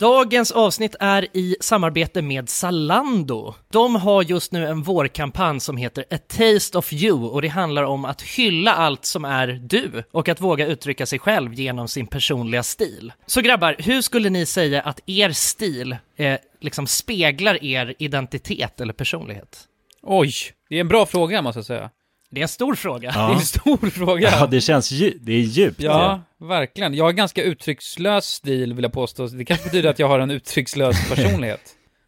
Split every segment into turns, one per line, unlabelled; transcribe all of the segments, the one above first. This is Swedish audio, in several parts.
Dagens avsnitt är i samarbete med Zalando. De har just nu en vårkampanj som heter A Taste of You och det handlar om att hylla allt som är du och att våga uttrycka sig själv genom sin personliga stil. Så grabbar, hur skulle ni säga att er stil eh, liksom speglar er identitet eller personlighet?
Oj, det är en bra fråga måste jag säga.
Det är en stor fråga.
Det är en stor fråga.
Ja, det känns dju- det är djupt.
Ja, verkligen. Jag har ganska uttryckslös stil vill jag påstå. Det kanske betyder att jag har en uttryckslös personlighet.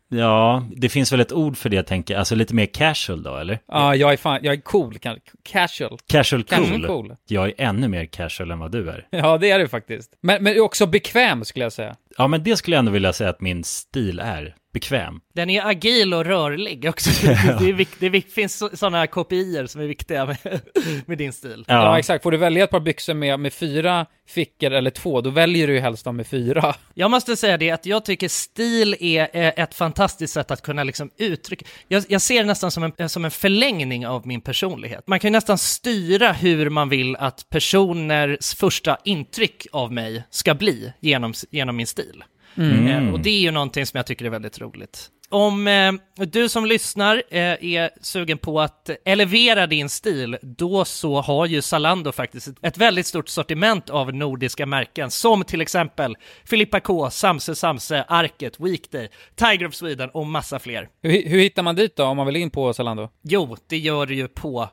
ja, det finns väl ett ord för det tänker jag. Alltså lite mer casual då, eller?
Ja, jag är fan, jag är cool, kan- casual.
Casual cool.
Casual cool.
Jag är ännu mer casual än vad du är.
Ja, det är du faktiskt. Men, men också bekväm skulle jag säga.
Ja, men det skulle jag ändå vilja säga att min stil är. Bekväm.
Den är agil och rörlig också. Det, det, är vik- det vik- finns sådana kopior som är viktiga med, med din stil.
Ja. exakt. Får du välja ett par byxor med, med fyra fickor eller två, då väljer du ju helst de med fyra.
Jag måste säga det att jag tycker stil är eh, ett fantastiskt sätt att kunna liksom uttrycka. Jag, jag ser det nästan som en, eh, som en förlängning av min personlighet. Man kan ju nästan styra hur man vill att personers första intryck av mig ska bli genom, s- genom min stil. Eh, Och det är ju någonting som jag tycker är väldigt roligt. Om eh, du som lyssnar eh, är sugen på att elevera din stil, då så har ju Zalando faktiskt ett- ett väldigt stort sortiment av nordiska märken, som till exempel Filippa K, Samse Samse, Arket, Weekday, Tiger of Sweden och massa fler.
Hur, hur hittar man dit då, om man vill in på Zalando?
Jo, det gör du ju på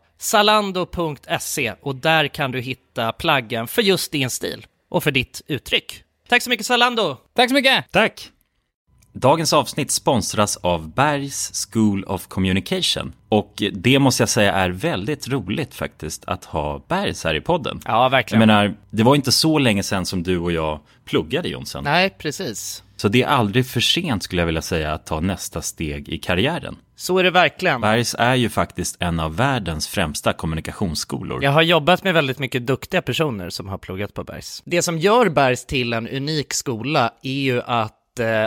zalando.se och där kan du hitta plaggen för just din stil och för ditt uttryck. Tack så mycket Zalando!
Tack så mycket!
Tack! Dagens avsnitt sponsras av Bergs School of Communication. Och det måste jag säga är väldigt roligt faktiskt att ha Bergs här i podden.
Ja, verkligen.
Jag menar, det var inte så länge sedan som du och jag pluggade Jonsson.
Nej, precis.
Så det är aldrig för sent skulle jag vilja säga att ta nästa steg i karriären.
Så är det verkligen.
Bergs är ju faktiskt en av världens främsta kommunikationsskolor.
Jag har jobbat med väldigt mycket duktiga personer som har pluggat på Bergs. Det som gör Bergs till en unik skola är ju att eh,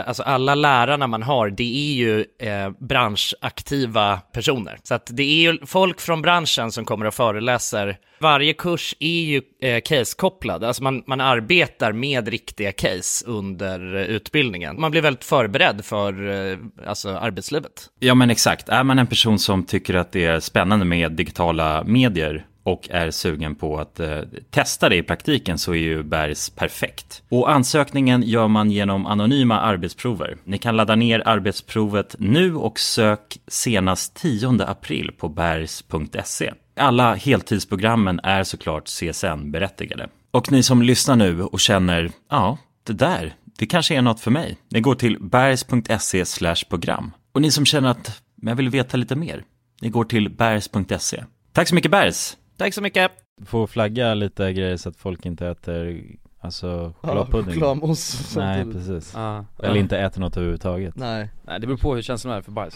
Alltså alla lärarna man har, det är ju eh, branschaktiva personer. Så att det är ju folk från branschen som kommer och föreläser. Varje kurs är ju eh, case-kopplad, alltså man, man arbetar med riktiga case under eh, utbildningen. Man blir väldigt förberedd för eh, alltså arbetslivet.
Ja men exakt, är man en person som tycker att det är spännande med digitala medier och är sugen på att eh, testa det i praktiken så är ju Bergs perfekt. Och ansökningen gör man genom anonyma arbetsprover. Ni kan ladda ner arbetsprovet nu och sök senast 10 april på bergs.se. Alla heltidsprogrammen är såklart CSN-berättigade. Och ni som lyssnar nu och känner, ja, det där, det kanske är något för mig. Ni går till bergs.se program. Och ni som känner att, men jag vill veta lite mer, ni går till bergs.se. Tack så mycket Bergs!
Tack så mycket!
Får flagga lite grejer så att folk inte äter, alltså
Ja,
chokladpudding
Chokladmousse
Nej
samtidigt.
precis,
Ja.
eller inte äter något överhuvudtaget
Nej
Nej, det beror på hur känslan är för bajs.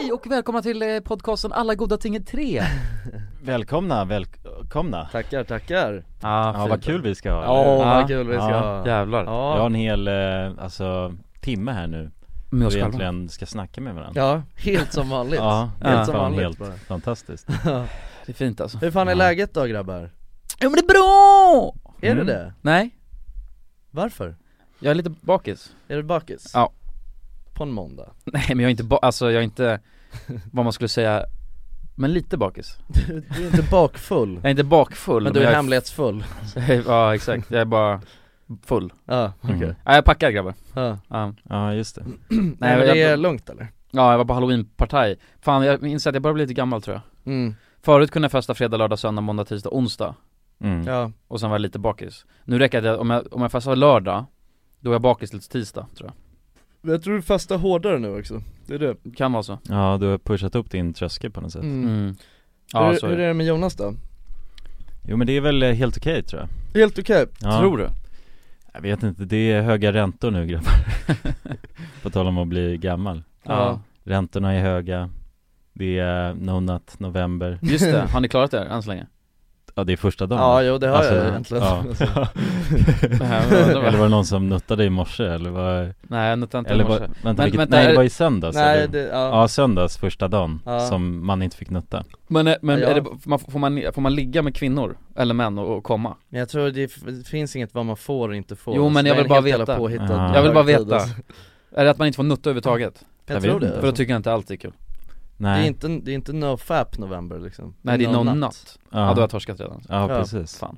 Hej och välkomna till eh, podcasten Alla goda ting är tre.
Välkomna, välkomna!
Tackar, tackar!
Ja vad kul vi ska ha
Ja,
eller?
vad kul vi ska
Ja,
ha!
Jävlar.
Vi har
Ja,
en hel, eh, alltså, timme här nu
Med
Då
oss
vi
själva.
egentligen ska snacka med varandra
ja helt som vanligt!
Ja, det är
Helt som
fan
vanligt
helt
bara.
fantastiskt
Det är fint alltså.
Hur fan är läget då grabbar?
Mm.
Ja men det är bra!
Är det det?
Mm. Nej,
Varför?
Jag är lite bakis.
Är du bakis?
Ja.
På en måndag?
Nej men jag är inte ba- alltså jag är inte, vad man skulle säga, men lite bakis.
Du, du är inte bakfull,
Jag är inte bakfull.
men du är
jag
hemlighetsfull?
Ja exakt, jag är bara full.
Ja, okej.
Mm.
Nej jag packar grabbar.
Ja.
Ja.
Ja just det.
Nej, men
jag,
det är lugnt eller?
Ja jag var på halloweenpartaj. Fan jag inser att jag börjar bli lite gammal tror jag.
Mm,
Förut kunde jag festa fredag, lördag, söndag, måndag, tisdag, onsdag.
Mm.
ja,
Och sen var jag lite bakis. Nu räcker det att jag- om jag, om jag festar lördag, då är jag bakis till tisdag tror
men jag tror du fastar hårdare nu också, det är det
jag. Kan vara så.
Ja du har pushat upp din tröskel på något sätt.
mm.
Mm. Ja
hur,
så
hur är det med Jonas då?
Jo men det är väl eh, helt okej tror jag.
Helt okej?
Ja.
Tror du?
Jag vet inte, det är höga räntor nu grabbar. på tal om att bli gammal.
Ja.
Räntorna är höga, det är no nut november.
Just det, har ni klarat det än så länge?
Ja det är första dagen.
Ja, jo det har
Alltså,
jag egentligen
ja. eller var det någon som nuttade i morse eller var,
Nej jag nuttade inte
eller
i
var,
morse.
vänta,
Men-
vilket,
vänta,
nej
är
Alltså, det
det-
var ju söndags
Nej
eller?
det, ja,
Ja söndags första dagen
Ja.
som man inte fick nutta
Men, eh, men
Ja.
är det, får, man, får, man, får man ligga med kvinnor, eller män och, och komma?
men jag tror det, f- det finns inget vad man får och inte får
Jo, men
Det
jag
är
vill
en
bara
helt jävla
veta.
påhittad
Ja.
Jag vill bara
högtid,
veta,
alltså.
är det att man inte får nutta överhuvudtaget?
Jag,
Jag
tror
vet
det
inte.
För
alltså.
då tycker jag inte allt är kul
Det
Nej,
är inte, det är inte no fap november liksom
Nej det är no nut, ja då har
ja.
jag torskat redan
ja
Ja,
precis
fan.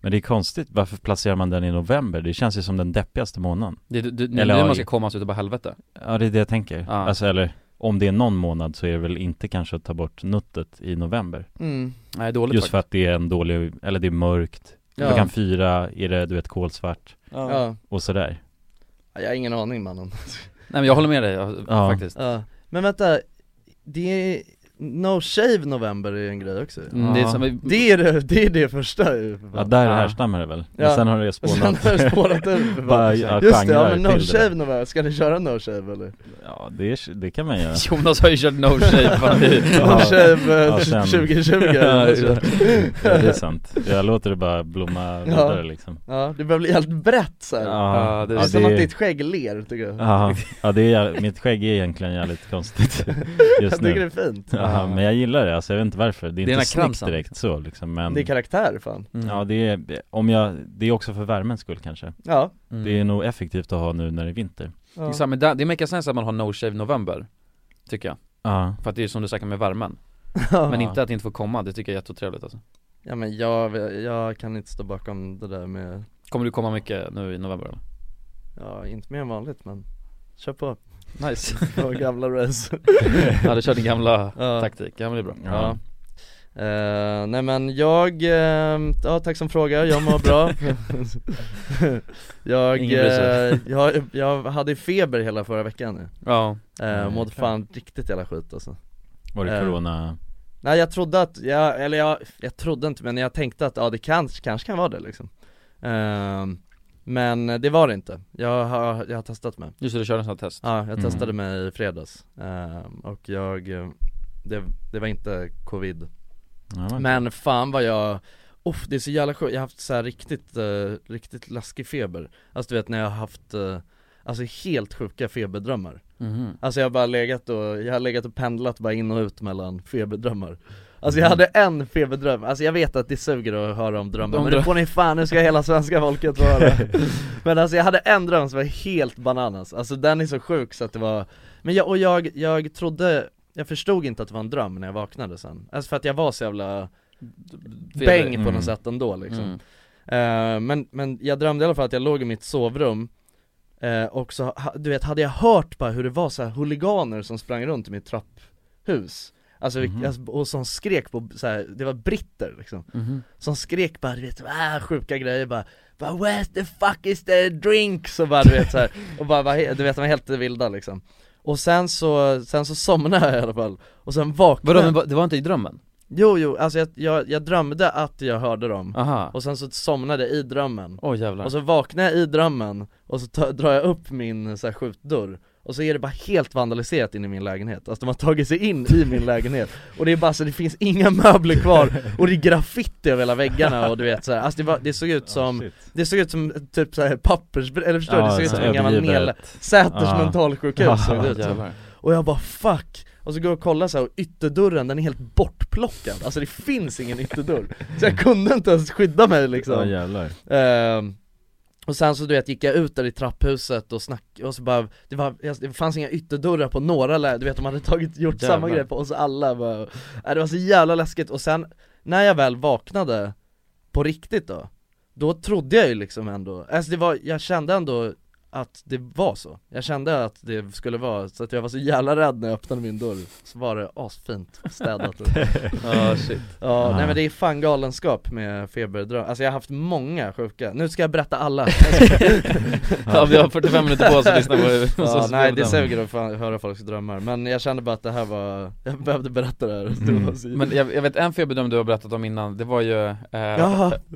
Men det är konstigt, varför placerar man den i november? Det känns ju som den deppigaste månaden
Det är det- det- det är
Eller
nu man
AI.
ska komma så utav bara helvete
Ja det är det jag tänker,
Ja.
alltså eller om det är någon månad så är det väl inte kanske att ta bort nuttet i november
mm.
Nej dåligt
Just för
faktiskt
att det är en dålig, eller det är mörkt
ja.
Klockan fyra är det du vet kolsvart
ja.
och sådär
Ja, Jag har ingen aning mannen
Nej men jag håller med dig ja,
Ja.
faktiskt
ja. Men vänta, det är no shave november är en grej också
mm, det, är
Ja.
som,
Det är det, det, är det första ju för
Ja
fan.
där
Ja.
härstammar det väl, men
Ja.
sen har det
Och sen
spånat
har det spårat ur för
Bara,
fan.
ja,
Just det,
genrer
ja men
till
no
det.
shave november, ska ni köra no shave eller?
Ja det, är, det kan man göra
Jonas har ju kört no shave fan, det-
No shave
Ja,
eh,
sen.
2020
Ja,
eller?
Ja, det är sant. Jag låter det bara blomma vidare liksom.
Ja, det börjar bli helt brett så här.
Ja,
det
Det är som att ditt skägg ler tycker jag
ja, ja, det är, jä- mitt skägg är egentligen jävligt konstigt
Jag
just
tycker det
nu.
är fint,
Ja, men jag gillar det, alltså jag vet inte varför. Det är,
Det är den här
inte snyggt
kransen.
direkt så liksom, men
det Mm. är karaktär fan
Ja det är, om jag, det är också för värmens skull kanske.
Ja,
Mm.
Det är nog effektivt att ha nu när det är vinter.
ja.
Exakt, men det, det makes sense att man har no shave november Tycker jag,
Ja,
för att det är som du säkert med värmen
Ja.
Men inte att det inte får komma, det tycker jag är jätteotrevligt alltså
Ja men jag, jag kan inte stå bakom det där med,
Kommer du komma mycket nu i november eller?
ja inte mer än vanligt men Kör på,
Nice,
på gamla race
ja du kör din gamla
Ja.
taktik, ja men det är bra
Ja.
Ja Eh, nej men jag, eh, ja tack som frågar, jag mår bra Jag,
Ingen bryr sig.
eh, jag, jag hade feber hela förra veckan nu,
Ja,
eh,
Mm,
mådde
okej.
fan riktigt jävla skit alltså
var det
Eh.
corona?
Nej jag trodde att, jag, eller jag, jag trodde inte men jag tänkte att ja det kanske, kanske kan vara det liksom Ehm, Men det var det inte, jag har, jag har testat mig
just det, du körde en sån här test
Ja, jag
Mm.
testade mig i fredags Ehm, och jag, eh, det, det var inte covid
Ja, vad-
Men fan vad jag, uff det är så jävla sjukt, jag har haft så här riktigt, eh, riktigt läskig feber Alltså du vet när jag har haft, eh, alltså helt sjuka feberdrömmar
Mhm.
Alltså jag har bara legat och, jag har legat och pendlat bara in och ut mellan feberdrömmar Alltså
Mm.
jag hade en feberdröm, alltså jag vet att det suger att höra om drömmar
De
men det
drö-
får ni fan, nu ska hela svenska folket få höra Men alltså jag hade en dröm som var helt bananas, alltså den är så sjuk så att det var Men jag, och jag, jag trodde, jag förstod inte att det var en dröm när jag vaknade sen Alltså för att jag var så jävla bäng på
Mm.
något sätt ändå liksom
Mm.
Eh, men, men jag drömde i alla fall att jag låg i mitt sovrum eh, Och så, ha, du vet, hade jag hört bara hur det var så här huliganer som sprang runt i mitt trapphus Alltså, vilk- alltså och som skrek på, så här, det var britter liksom
Mhm.
Som skrek bara du vet, ah, sjuka grejer bara bara, Where the fuck is the drink? Så bara du vet så här, och bara, bara, he- du vet de var helt vilda liksom Och sen så, sen så somnade jag i alla fall, och sen vaknade
Vadå, men
jag
va- det var inte i drömmen?
Jo jo, alltså jag, jag, jag drömde att jag hörde dem,
Aha,
och sen så somnade jag i drömmen
åh jävlar
och så vaknar jag i drömmen och så ta- drar jag upp min så här, skjutdörr och så är det bara helt vandaliserat in i min lägenhet, alltså de har tagit sig in i min lägenhet Och det är bara så, det finns inga möbler kvar och det är graffiti över hela väggarna och du vet så här. alltså det, var, det såg ut som,
Ah, shit.
det såg ut som typ så här pappers, eller förstår du?
Ja,
Det såg ut
så
som en gammal
överdrivet. Ah.
nel, Säters
Ja.
mentalsjukhus såg det
Åh,
ut som
jävlar.
och jag bara fuck! Och så går jag och kollar så här, och ytterdörren den är helt bortplockad, alltså det finns ingen ytterdörr Så jag kunde inte ens skydda mig liksom
Ja jävlar.
Ehm, Och sen så du vet, gick jag ut där i trapphuset och snackade, och så bara, det, var, det fanns inga ytterdörrar på några lä- du vet de hade tagit, gjort samma
Jävlar.
grej på oss alla bara, Nej, det var så jävla läskigt, och sen när jag väl vaknade på riktigt då, då trodde jag ju liksom ändå, alltså det var, jag kände ändå att det var så, jag kände att det skulle vara, så att jag var så jävla rädd när jag öppnade min dörr, så var det asfint städat och
Ja shit
Ja,
Ah.
nej men det är fan galenskap med feberdröm, alltså jag har haft många sjuka, nu ska jag berätta alla
Ja vi har 45 minuter på oss att lyssna på det
ja, Nej det suger att fan höra folks drömmar, men jag kände bara att det här var, jag behövde berätta det här det var så
Mm. Men jag, jag vet en feberdröm du har berättat om innan, det var ju, eh,
ja,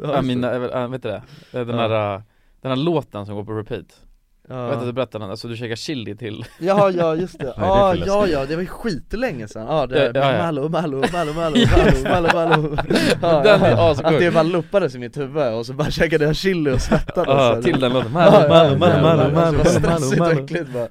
ja,
ja,
mina, äh, vet du det? Eh, Den
Ja.
där, eh, den här låten som går på repeat, jag vet att du
ja.
berättade den, alltså du käkar chili till
ja, ja just det, Ah,
Vad är det
ja,
för
ja, ja, det var ju skitlänge sedan, ja det,
Ja, ja, ja.
Malou, Malou, Malou, Malou, Malou, Malou, Malou Ah, ja,
Den är
ja.
assjuk.
Att det bara loopades i mitt huvud och så bara käkade jag chili och svettades så
Ja,
här.
till den låten,
Ja,
Malou,
ja,
Malou,
ja,
Malou, Malou,
ja,
Malou,
det var stressigt
Malou,
och
Malou
äckligt bara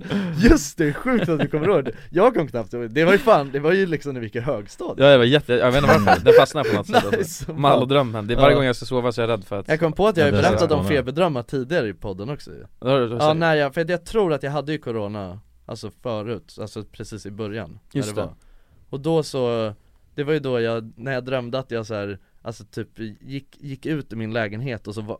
Just det, sjukt att du kommer ihåg det Jag kom knappt ihåg det, det var ju fan, det var ju liksom när vi gick i högstadiet
Ja det var jätte, jag vet inte varför, den fastnade på något sätt alltså.
Nice.
Mallodrömmen, det är varje
Ja.
gång jag ska sova så är jag rädd för att
Jag kom på att jag har
Ja,
ju
det är
berättat
så.
om feberdrömmar tidigare i podden också ju.
Då har du- då
Ja
säger-
när jag, för jag tror att jag hade ju corona, alltså förut, alltså precis i början när
Just
det. Var.
det.
Och då så, det var ju då jag, när jag drömde att jag så här, alltså typ gick, gick ut ur min lägenhet och så var,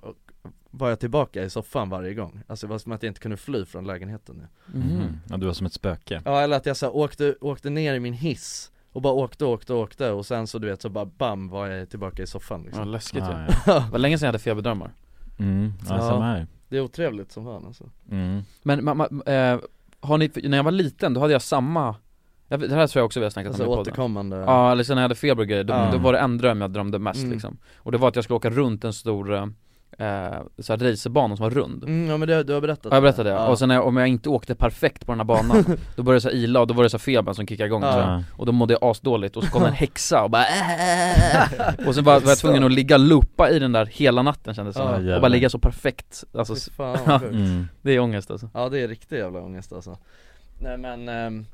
var jag tillbaka i soffan varje gång Alltså det var som att jag inte kunde fly från lägenheten nu. Mm-hmm.
Mhm. Ja, du var som ett spöke
Ja eller att jag så här, åkte, åkte ner i min hiss och bara åkte, åkte, åkte och sen så du vet så bara bam var jag tillbaka i soffan
Ja,
liksom.
läskigt
ah,
ju
ja.
Det var länge sedan jag hade feberdrömmar
Mm. ja,
Ja.
samma här
Det är otrevligt som fan alltså
mm.
Men ma, ma, eh, har ni, för när jag var liten då hade jag samma, jag, vet- det här tror jag också vi har snackat
Alltså
om i podden
återkommande
Ja, eller sen när jag hade feber och grejer, då,
Ja.
då var det en dröm jag drömde mest
Mm.
liksom Och det var att jag skulle åka runt en stor, eh, såhär racerbana som var rund
Mm, ja men det, du har berättat
Ja, jag berättade det,
Ja.
och sen när jag, om jag inte åkte perfekt på den här banan, då började jag så här ila och då var det så här febern som kickade igång
Ja.
tror jag.
ja.
Och då mådde jag asdåligt och så kom en häxa och bara äh. Och sen var, var jag tvungen att ligga och loopa i den där hela natten kändes det
Ja.
som
jävlar.
Och bara ligga så perfekt, alltså
Fy
s-
fan, vad sjukt.
mm.
det är ångest alltså
Ja det är riktig jävla ångest alltså Nej men, ehm,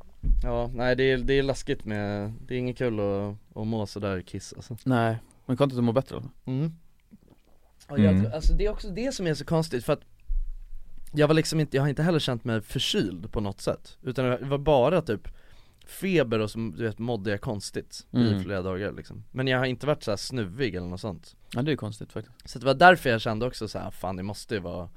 ja nej det är, det är läskigt med, det är inget kul att, att må sådär kiss alltså
Nej, men kan inte du må bättre eller?
mm. Och jag,
Mm.
tror- Alltså det är också det som är så konstigt för att Jag var liksom inte, jag har inte heller känt mig förkyld på något sätt Utan det var bara typ feber och så du vet mådde jag konstigt i
Mm.
flera dagar liksom Men jag har inte varit så här snuvig eller något sånt
Ja det är ju konstigt faktiskt
Så det var därför jag kände också så här, fan det måste ju vara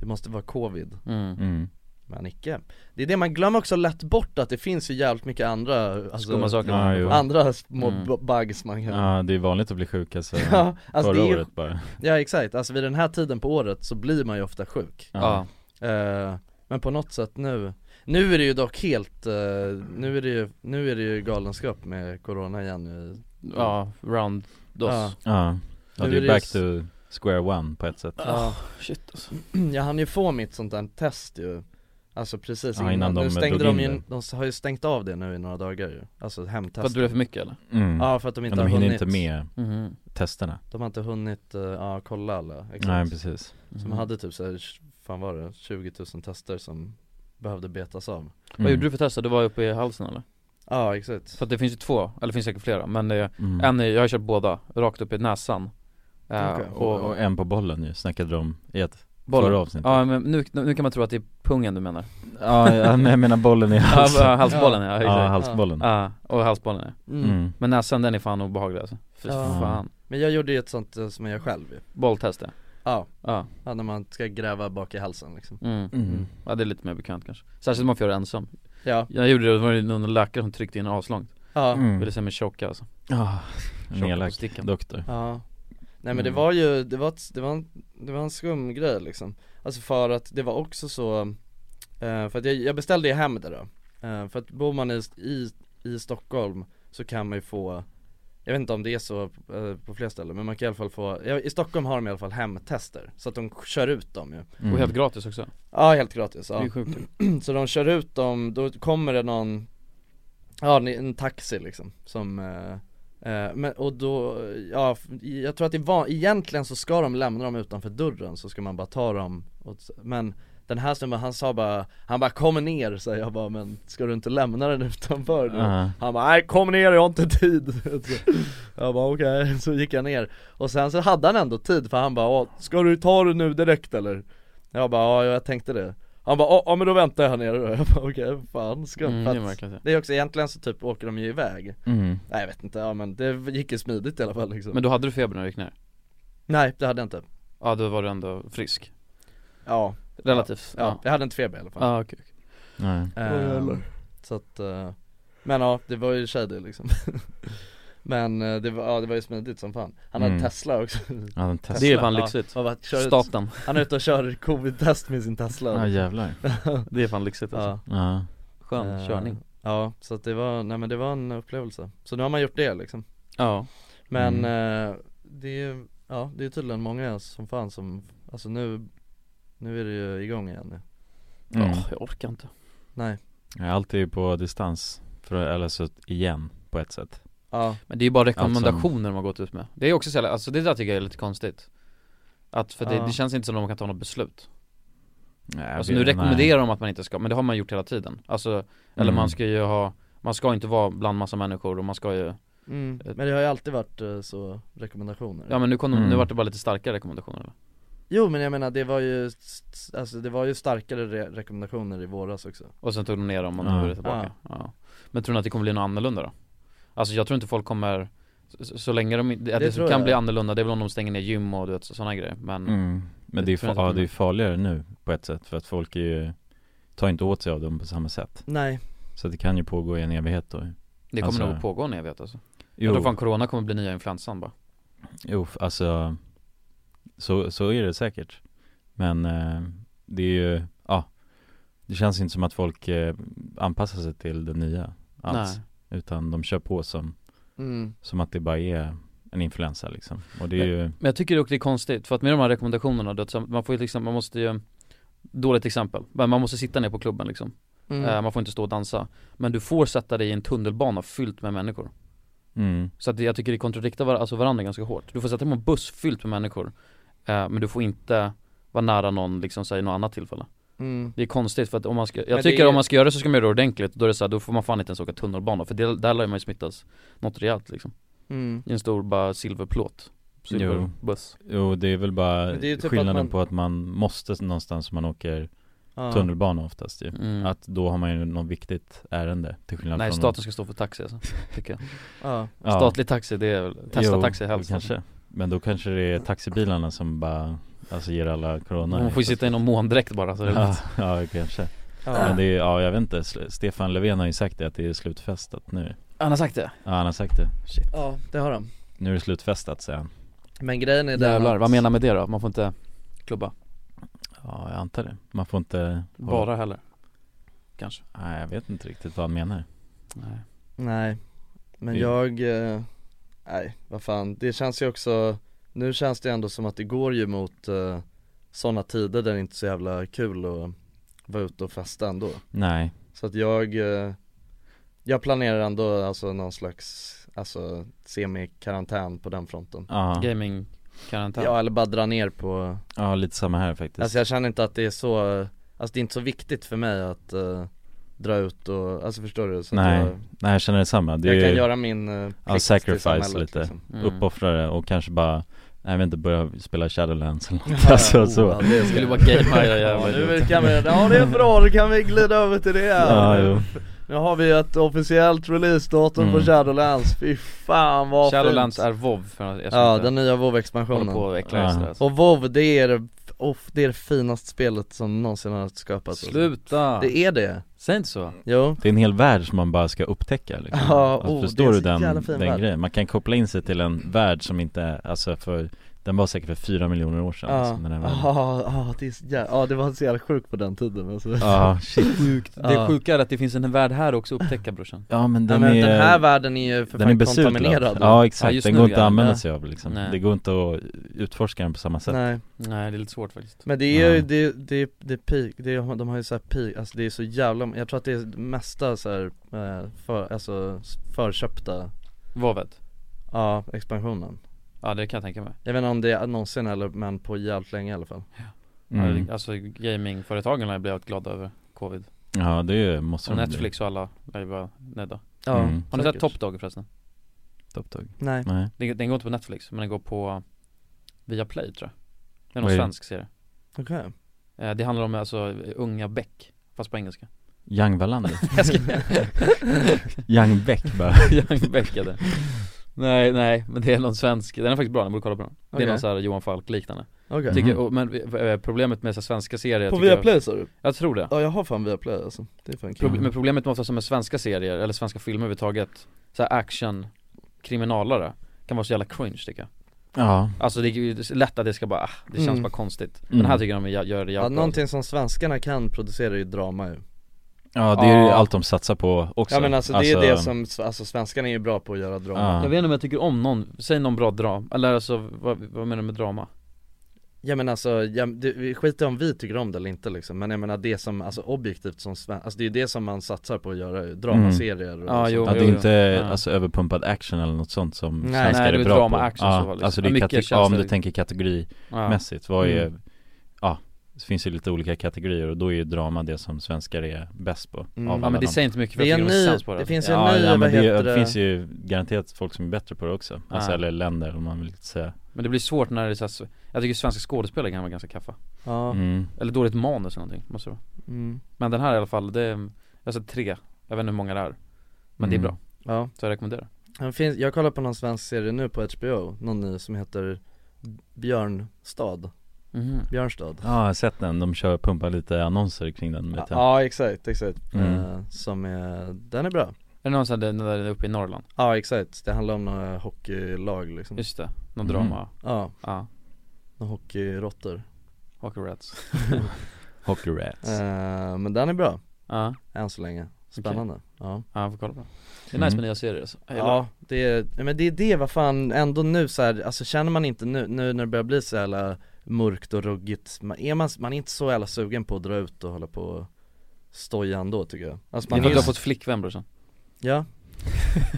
Det måste vara covid,
mm.
Mm.
men icke Det är det, man glömmer också lätt bort att det finns ju jävligt mycket andra,
Skumma
alltså,
saker
Ja,
man
jo.
får.
andra små
Mm.
bu- bugs man kan
ja, det är vanligt att bli sjuk alltså
Ja, alltså
Förra
det är ju,
året bara
ja exakt, alltså vid den här tiden på året så blir man ju ofta sjuk
Ja,
Eh, Men på något sätt nu, nu är det ju dock helt, eh, nu är det ju, nu är det ju galenskap med corona igen nu
ja, round dos
Ja.
Ja, ja
Nu
det
är
är
det
back
s-
to square one på ett sätt
Ja.
Shit alltså
Jag hann ju få mitt sånt där test ju Alltså precis
Ja,
innan,
innan de
nu stängde
drog
de
in
ju, de har ju stängt av det nu i några dagar ju Alltså
För att
hemtest
du blev för mycket eller?
mm.
Ja för att de
Men
inte
de
har
hinner
hunnit
inte med
Mhm.
testerna
De har inte hunnit, eh, ja kolla alla exakt
Nej precis
Så man hade typ såhär, fan var det, 20 000 tester som behövde betas av
Vad
Mm.
gjorde du för tester? Du var uppe i halsen eller?
Ja exakt
För att det finns ju två, eller det finns säkert flera, men det,
Mm.
en är, jag har kört båda, rakt upp i näsan Eh,
Okej.
Och,
och,
och en på bollen ju, snackade de om i ett
bollen
förra avsnittet
Ja men nu, nu kan man tro att det är pungen du menar
Ja, ja, nej, jag menar bollen i
Ja,
halsen
ja, halsbollen ja,
Ja,
exakt
halsbollen
Ja, och halsbollen ja.
mm.
mm.
Men näsan den är fan obehaglig alltså Fy
Ja.
fan
Men jag gjorde ju ett sånt eh, som jag gör själv ju
Bolltest ja.
Ja,
Ja,
ja när man ska gräva bak i halsen liksom
mm.
Mm.
ja det är lite mer bekant kanske Särskilt om man får göra det ensam
Ja,
Jag gjorde det, det var ju någon läkare som tryckte in aslångt
ja,
Mm.
Ville se mig tjocka alltså
Ah, en
Tjocka på
elak
stickan
doktor
ja Nej men det
Mm.
var ju, det var, ett- det var, en, det var en skum grej liksom Alltså för att det var också så, eh, för att jag, jag beställde ju hem det då Eh, För att bor man i, i, i Stockholm så kan man ju få Jag vet inte om det är så eh, på fler ställen men man kan i alla fall få, ja, i Stockholm har de i alla fall hemtester Så att de kör ut dem ju
mm.
Och helt gratis också,
Ja helt gratis
det är
ja.
ju sjukt ju.
Så de kör ut dem, då kommer det någon Ja en- en taxi liksom som eh, eh, men, och då, ja, f- jag tror att det var, egentligen så ska de lämna dem utanför dörren så ska man bara ta dem åt, Men den här snubben han sa bara, han bara 'Kom ner' så här, jag bara 'Men ska du inte lämna den utanför nu?'
Ja.
Han bara 'Nej kom ner, jag har inte tid' Jag bara okej, så gick jag ner Och sen så hade han ändå tid för han bara "Åh, 'Ska du ta det nu direkt eller?' Jag bara 'Ja jag tänkte det' Han bara "Ja, 'Ja men då väntar jag här nere' då." Jag bara okej, fan ska
Mm,
för
det
att-
märker jag.
Det är också egentligen så typ åker de ju iväg
Mm.
Nej jag vet inte, ja men det gick ju smidigt i alla fall liksom
Men då hade du feber när du gick ner?
Nej det hade jag inte
Ja, då var du ändå frisk
Ja,
Relativt
ja, jag hade inte feber i alla fall
Ja, okej okej.
Nej.
Ehm, Så att, eh, men ja det var ju shady liksom Men eh, det var, ja, det var ju smidigt som fan Han hade
Mm.
Tesla också
Ja, den testar.
Det är fan
Ja.
lyxigt
Han, var, kör ut,
Staten,
han är ute och kör covid-test med sin
Ja
Tesla
jävlar.
det är fan lyxigt alltså.
Ja,
Ja.
Skön
Eh,
körning
ja, så att det var, nej men det var en upplevelse Så nu har man gjort det liksom
Ja,
Men
Mm.
eh, det är ju, ja det är tydligen många som fan som, alltså nu, nu är det ju igång igen nu
Mm.
Åh, jag orkar inte
Nej,
Ja, Allt är ju på distans. För, eller så igen på ett sätt.
ja,
Men det är ju bara
som-
rekommendationer de har gått ut med Det är också så jävla, alltså det där tycker jag är lite konstigt Att, för det,
Ja.
det känns inte som de kan ta något beslut
Nej, jag
Alltså
vet-
nu
nej.
rekommenderar de att man inte ska, men det har man gjort hela tiden Alltså, eller
Mm.
man ska ju ha Man ska inte vara bland massa människor och man ska ju
mm. men det har ju alltid varit eh, så rekommendationer
Ja men nu kom de,
Mm.
nu vart det bara lite starkare rekommendationer eller?
Jo men jag menar det var ju, s- s- alltså det var ju starkare re- rekommendationer i våras också
Och sen tog de ner dem och nu
Ja.
är det tillbaka ja. Men tror ni att det kommer bli något annorlunda då? Alltså jag tror inte folk kommer Så, så länge de, att det,
tror
kan
jag.
bli annorlunda, det är väl om de stänger ner gym och du vet sådana grejer men
Mm. Men det är,
tror jag
fa-
inte
ja,
kommer.
det är farligare nu på ett sätt. För att folk är ju, tar inte åt sig av dem på samma sätt.
Nej,
Så det kan ju pågå i en evighet då. Jo,
Det kommer
Alltså-
nog pågå när jag vet alltså Jag tror fan corona kommer bli nya influensan bara
Jo, f- alltså så, så är det säkert Men eh, det är ju, ja Det känns inte som att folk eh, anpassar sig till det nya alls
Nej.
Utan de kör på som,
mm.
som att det bara är en influensa liksom Och det är ju,
Men jag tycker dock det är konstigt, för att med de här rekommendationerna, då, man får ju liksom, man måste ju Dåligt exempel, men man måste sitta ner på klubben liksom,
Mm.
Eh, man får inte stå och dansa Men du får sätta dig i en tunnelbana fylld med människor
mm,
Så att det- jag tycker det kontradiktar var, alltså varandra ganska hårt Du får sätta dig på en buss fylld med människor eh, Men du får inte vara nära någon liksom säg något annat tillfälle
Mm.
Det är konstigt för att om man ska,
Men
jag
det
tycker
är ju-
om man ska göra det så ska man göra det ordentligt Då är det så här, då får man fan inte ens åka tunnelbana för det, där lär man ju smittas något rejält liksom
Mm.
I en stor bara silverplåt, silverbuss
jo mm, det är väl bara
Men det är ju typ att
skillnaden
man-
på att man måste någonstans som man åker
Ja.
tunnelbana oftast ju
Mm.
Att då har man ju något viktigt ärende till skillnad
Nej
från
staten ska stå för taxi alltså, tycker jag
Ja.
ja,
Statlig taxi det är väl, Tesla taxi
jo,
helst
kanske Men då kanske det är taxibilarna som bara, alltså ger alla corona
Man får ju sitta i någon måndräkt bara så det är
Ja,
lugnt.
ja kanske. Men
Ja.
det är, ja jag vet inte, Sl- Stefan Löfven har ju sagt det att det är slutfestat nu
Han har sagt det?
Ja han har sagt det,
ja, det har de
nu är det slutfestat säger han
Men grejen är den
Jävlar,
att-
vad menar man med det då? Man får inte klubba?
Ja jag antar det, man får inte hålla-
Bara heller? Kanske?
Nej jag vet inte riktigt vad han menar
Nej
Nej, men
Det-
jag, eh, nej vad fan, det känns ju också, nu känns det ändå som att det går ju mot eh, sådana tider där det inte är så jävla kul att vara ute och festa ändå
Nej,
Så att jag, eh, jag planerar ändå alltså någon slags, alltså semi-karantän på den fronten
ja,
Gaming, karantän?
Ja eller bara dra ner på,
ja lite samma här faktiskt
alltså jag känner inte att det är så, eh, alltså det är inte så viktigt för mig att eh, dra ut och, alltså förstår du? Så
Nej,
att jag,
Nej jag känner detsamma, det är
jag kan
ju
göra min eh, plikt till
sacrifice
samhället,
lite.
liksom.
Mm.
uppoffra det och kanske bara Nej jag vet inte, börja spela Shadowlands eller något,
Ja,
alltså
oh,
så
ja, det
Skulle
ska-
bara gamea era jävla
Ja, nu
idioter.
kan vi, ja det är bra, då kan vi glida över till det
Ja, jo.
Nu har vi ett officiellt releasedatum på
Mm.
Shadowlands, fy fan vad
Shadowlands
fint
är WoW för er som
Ja
inte
den nya
håller på
WoW-expansionen
och äcklar
Ja.
sig där, alltså.
Och WoW det är det, off, det är det finaste spelet som någonsin har skapats alltså.
Sluta!
Det är det,
Säg inte så
jo
Det är en hel värld som man bara ska upptäcka liksom.
Ja,
alltså,
oh, det
Förstår
är
du
så jävla
den,
fin värld.
den grejen? Man kan koppla in sig till en värld som inte, är- alltså för Den var säkert för fyra miljoner år sedan
Ja,
liksom, den här världen.
ja, ja, det är så jävla, ja det var så jävla sjukt på den tiden alltså.
Ja, shit
Sjukt,
Ja.
det sjuka är att det finns en värld här också att upptäcka brorsan
Ja men den
Den, men
är,
den här världen är ju för
den är
fan
besudlad
kontaminerad
Ja
Ja,
exakt,
just
den
nu,
går inte
ja.
att använda
Ja.
sig av liksom
Nej.
Det går inte att utforska den på samma sätt
Nej
Nej det är lite svårt faktiskt
Men det är ju,
Ja.
det, det, det är peak, det, är- de har ju så här peak, alltså det är så jävla, jag tror att det är det mesta så här, eh, för, alltså s- förköpta,
Vovet?
ja expansionen
Ja det kan jag tänka mig
Jag vet inte om det är någonsin eller, men på jävligt länge i alla fall
Mm.
Alltså gamingföretagen lär bli helt glada över covid
Ja det måste
Och
de bli.
Netflix och alla lär ju vara nöjda
Ja,
Mm.
Har ni sett
säkert.
Top Dog förresten?
Top Dog.
Nej,
Nej.
Den, den går inte på Netflix, men den går på Viaplay tror jag Det är någon
Vad är det?
svensk serie
okej
eh, Det handlar om alltså unga Beck, fast på engelska
Young Wallander.
Jag ska-
Young Beck bara.
Young Beck är det Nej, nej, men det är någon svensk, den är faktiskt bra, den borde kolla på den Det är
Okej.
någon sån här Johan Falk liknande
okej Mm.
Mhm.
Tycker, och, men eh, problemet med så här svenska serier
På
tycker jag-
Viaplay sa du?
Jag tror det
Ja jag har fan Viaplay alltså, det är fan kul
Proble- Men problemet med ofta som med svenska serier, eller svenska filmer överhuvudtaget så här action, kriminalare kan vara så jävla cringe tycker jag
Ja.
Alltså det är ju lätt att det ska bara, ah, det känns
Mm.
bara konstigt
Mm.
Men här tycker jag de gör- gör det
Ja,
jävligt bra
någonting som svenskarna kan producera är ju drama ju
Ja det är ju
Ja.
allt de satsar på också.
Ja men alltså det är ju det som, alltså svenskarna är ju bra på att göra drama
Ja.
Jag vet inte om jag tycker om någon, säg någon bra drama, eller alltså vad, vad menar du med drama?
Ja men alltså, ja, det, vi skiter om vi tycker om det eller inte liksom Men jag menar det som, alltså objektivt som svensk, alltså det är ju det som man satsar på att göra ju, dramaserier och
Ja,
sånt.
jo,
Mm. Ja det
jo,
är
jo.
inte
Ja.
alltså överpumpad action eller något sånt som
Nej,
svenskar
nej, det
är
är
bra
drama,
på
action
ja,
så fall, liksom.
Alltså det är
Mycket
kate- ja, om
känslor. Mm.
du tänker kategorimässigt,
Ja.
vad är, ja det finns ju lite olika kategorier och då är ju drama det som svenskar är bäst på
Mm.
av
Ja
alla
men det
dem.
säger inte mycket för
Det är
jag
en
tycker de
ny,
är sämst på det
det finns ju en
Ja,
ny,
ja
vad
men det,
heter
är-
det?
det finns ju garanterat folk som är bättre på det också, alltså
Ja.
eller länder om man vill säga
Men det blir svårt när det är så här, s- jag tycker svenska skådespelare kan vara ganska kaffa
Ja,
mm.
Eller dåligt manus eller någonting, måste det vara
mm.
Men den här i alla fall, det är, jag har sett tre, jag vet inte hur många det är Men det är
Mm.
bra,
ja
så jag rekommenderar
det finns, jag kollar på någon svensk serie nu på HBO, någon ny som heter Björnstad,
Mhm.
Björnstad
Ja jag har sett den, de kör, pumpar lite annonser kring den vet jag
Ja exakt, exakt,
Mm.
Eh, som är, den är bra
Är det någon sån där, den där uppe i Norrland?
Ja exakt, det handlar om några hockeylag liksom
Just det, någon
Mm.
drama,
Ja,
ja,
några hockeyråttor
Hockey Rats
Hockey Rats
Eh, Men den är bra,
Ja,
än så länge Spännande, ja
ja, jag får kolla på den. Det är
Mm.
nice med nya serier alltså, jag gillar
Ja, det är, nej, men det är det vad fan, ändå nu så här, alltså känner man inte nu, nu när det börjar bli så jävla mörkt och ruggigt, man är, man, man är inte så jävla sugen på att dra ut och hålla på och stoja ändå tycker jag alltså,
det. Det är
man
för att du har
är,
fått flickvän brorsan
Ja,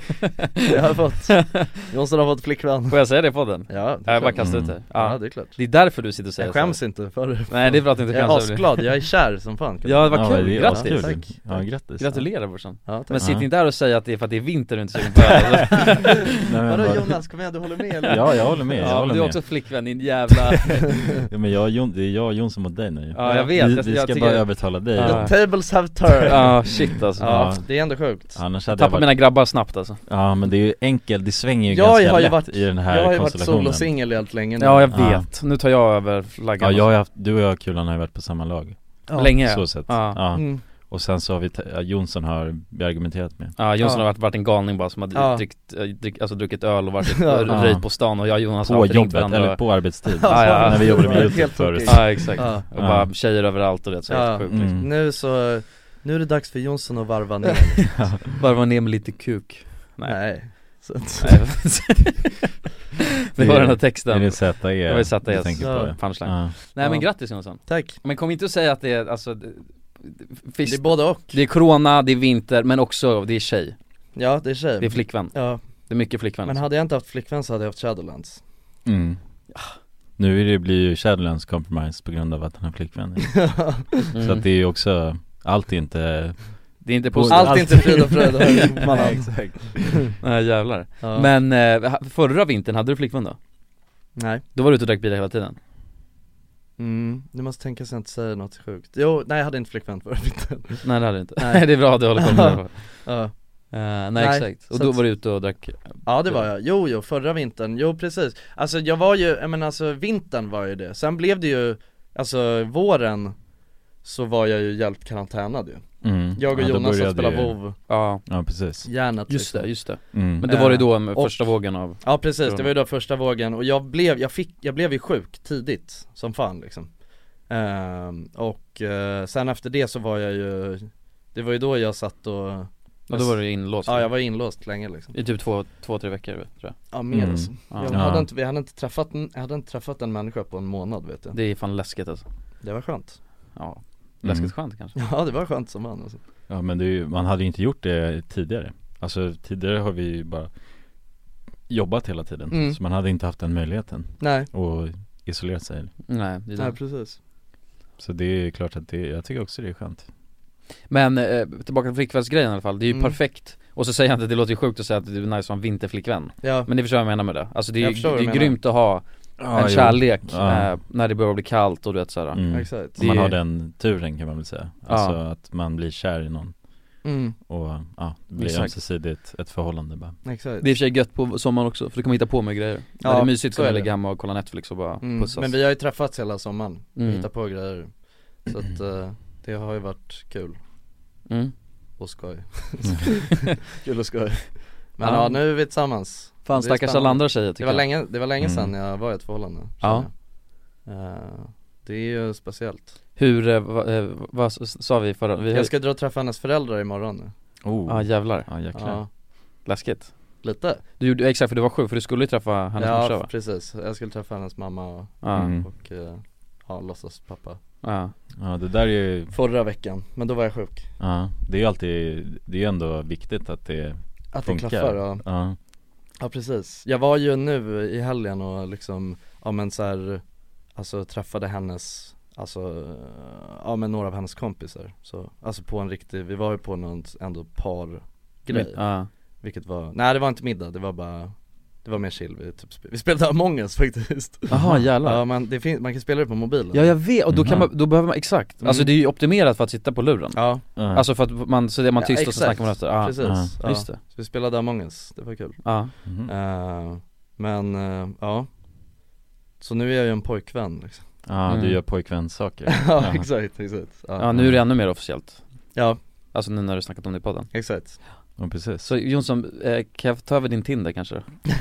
jag har fått, Jonsson har fått flickvän
Får jag säga det på den?
Ja, det är
Jag bara
klart.
kastar ut
Mm.
det,
ja
ja,
det är klart
Det är därför du sitter och säger
Jag skäms inte för det
så. Nej det är bra att du inte
Jag är
skäms över det.
asglad, jag är kär som fan kan
Ja det
jag-
var kul,
det är
grattis!
askul.
Tack,
Ja
tack.
grattis
Gratulerar brorsan
Ja, tack.
Men sitt
Ja.
inte där och säg att det är för att det är vinter du inte är sugen på öl
Nej, men
Vadå
bara-
Jonas, kom igen du håller med eller?
Ja jag håller med, jag
Ja, men
håller
du är
med
också flickvän din jävla,
ja, men jag, och Jon, det är jag och Jonsson mot dig nu
ja jag vet, Alltså,
Vi,
jag, jag
vi ska bara övertala dig
Ja.
The tables have turned
Ja shit alltså,
Ja,
Ja.
det är ändå sjukt
Annars
jag
hade jag
tappar
varit...
mina grabbar snabbt alltså
Ja men det är ju enkelt, det svänger ju
Jag
ganska
har ju
lätt
varit-
i den här
Jag har ju varit
konstellationen
solosingel helt länge nu
Ja jag
Ja.
vet, nu tar jag över flaggan
Ja jag har ju haft, du och jag Kulan har ju varit på samma lag,
Ja.
Länge ja.
så sett
Ja.
ja.
Mm.
Och sen så har vi, te- ja, Jonsson har vi argumenterat med
Ja Jonsson
Ja.
har varit, varit en galning bara som har
Ja.
drick, eh, drick, alltså, druckit öl och varit
Ja.
ja. röjt på stan och jag och Jonas har
På
alltid ringt
jobbet,
varandra
eller
och-
på arbetstid
Ja, ja.
När vi jobbade med
Helt
Youtube
okej.
förut
Ja exakt,
Ja.
och bara tjejer överallt och det så
Ja.
helt sjukt liksom.
Mm.
Nu så, nu är det dags för Jonsson att varva ner
Mm.
Varva ner med lite kuk Nej.
Nej så att,
Nej. Det var
Det-
den här
Är
texten,
det ZE?
det var ju ZE,
du tänker
ja.
på det?
punchline
Ja.
Nej men
Ja.
grattis Jonsson
Tack,
Men kom inte och säga att det är, alltså det-
det är
Fisk,
både och
det är corona, det är vinter, men också det är tjej,
Ja det är tjej
det är flickvän,
Ja,
det är mycket flickvän
men hade jag inte haft flickvän så hade jag haft Shadowlands
Mm. Nu är det, blir ju Shadowlands compromise på grund av att han har flickvän
Mm.
Så
mm.
att det är ju också, allt är inte
Det är inte
Allt
positivt,
Allt är inte frid och fröjd och hög man
Nej, exakt.
nej jävlar
ja.
Men eh, ha- förra vintern, hade du flickvän då?
Nej,
Då var du ute och drack bira hela tiden?
mm, du måste tänka så jag inte säger något sjukt Jo, nej jag hade inte flickvän förra vintern
Nej det hade du inte,
Nej.
det är bra att du håller koll på det
ja.
Eh, nej,
Nej,
exakt, och
så
då
att-
var du ute och drack
ja det var jag, jo jo förra vintern, jo precis Alltså jag var ju, jag menar alltså vintern var ju det, sen blev det ju, alltså våren så var jag ju jävligt karantänad ju
Mm.
Jag och
Ja, då
Jonas
började
att spela
ju-
WoW
Ja,
Ja precis
Hjärnet
just det, just det
mm.
Men då var det
Eh,
då med
och-
första vågen av,
liksom. Ja precis, det var ju då första vågen och jag blev, jag fick, jag blev ju sjuk tidigt som fan liksom Ehm, Och eh, sen efter det så var jag ju, det var ju då jag satt och,
ja då var du inlåst
ja jag var inlåst länge liksom
I typ två, två, tre veckor tror jag
Ja mer
Mm.
alltså
Ja.
jag
Ja.
hade inte, vi hade inte träffat, en- jag hade inte träffat en människa på en månad vet jag
Det är fan läskigt alltså
Det var skönt
Ja, läskigt
Mm.
skönt kanske
Ja det var skönt som fan alltså.
Ja men det är ju, man hade ju inte gjort det tidigare Alltså tidigare har vi ju bara jobbat hela tiden
Mm.
Så man hade inte haft den möjligheten
Nej,
och isolerat sig
Nej, det är
nej
det.
precis
Så det är klart att det, jag tycker också det är skönt
Men eh, tillbaka till flickvänsgrejen i alla fall, det är ju
Mm.
perfekt Och så säger jag inte, det låter ju sjukt att säga att du är nice att ha en vinterflickvän
Ja,
Men ni förstår vad jag menar med det, alltså det är
Jag
ju
förstår vad
det
du
är
menar.
grymt att ha
Ja,
en
jo.
kärlek
Ja.
eh, när det börjar bli kallt och du vet såhär
Mm.
exakt
Det-
Man har den turen kan man väl säga Alltså att man blir kär i någon
mm,
och ja, det blir
Exakt.
ömsidigt ett förhållande bara
exakt
Det är i och för sig gött på sommaren också, för du kommer hitta på mig grejer
Ja,
När det är mysigt
så
så
är
kan du
det.
ligga hemma och kolla Netflix och bara
mm,
pussas
Men vi har ju träffats hela sommaren,
Mm.
hittat på grejer Så att eh, det har ju varit kul
mm.
och skoj Kul och skoj Men
Ja.
ja, nu är vi tillsammans
Fan
Det är
stackars alla
spännande.
andra tjejer
Det
tycker
var
jag
länge, det var länge sedan
Mm.
jag var i ett förhållande
Ja.
känner jag. Eh, Det är ju speciellt
Hur, eh, va, eh, vad s- sa vi förra, vi
Jag ska dra och träffa hennes föräldrar imorgon nu
Oh,
Ja ah, jävlar,
ja jäklar
Ja,
läskigt
lite
Du gjorde, exakt för du var sjuk för du skulle ju träffa hennes
Ja
morsa va?
precis, jag skulle träffa hennes mamma och,
Ja,
Mm.
och eh, ja, låtsas pappa
ja.
Ja det där är ju,
Förra veckan, men då var jag sjuk
ja det är ju alltid, det är ju ändå viktigt att det,
Att det
Funkar.
klaffar ja.
ja
ja, precis Jag var ju nu i helgen och liksom, ja men så här, Alltså träffade hennes, alltså, eh, ja men några av hennes kompisar så, Alltså på en riktig, vi var ju på någon ändå par grej
Ja.
Vilket var, nej det var inte middag, det var bara Det var mer chill, vi, typ, spe- vi spelade Among us faktiskt
Jaha jävlar
Ja man, det fin- man kan spela det på mobilen
Ja jag vet, och då kan
Mhm.
man, då behöver man, exakt,
Mm.
alltså det är ju optimerat för att sitta på luren
Ja,
Ja.
Alltså för att man, så är man
Ja,
tyst och så
exakt.
snackar man efter, ja,
precis,
ja.
ja.
just det,
Så vi spelade Among us, det var kul
ja
Mhm.
Eh, Men, eh, ja Så nu är jag ju en pojkvän liksom
Ja,
Mm.
du gör pojkvänssaker
Ja exakt, exakt
Ja nu är det ännu mer officiellt,
Ja,
alltså nu när du snackat om det i podden
exakt
Ja, precis
Så Jonsson, eh, kan jag ta över din Tinder kanske?
ja,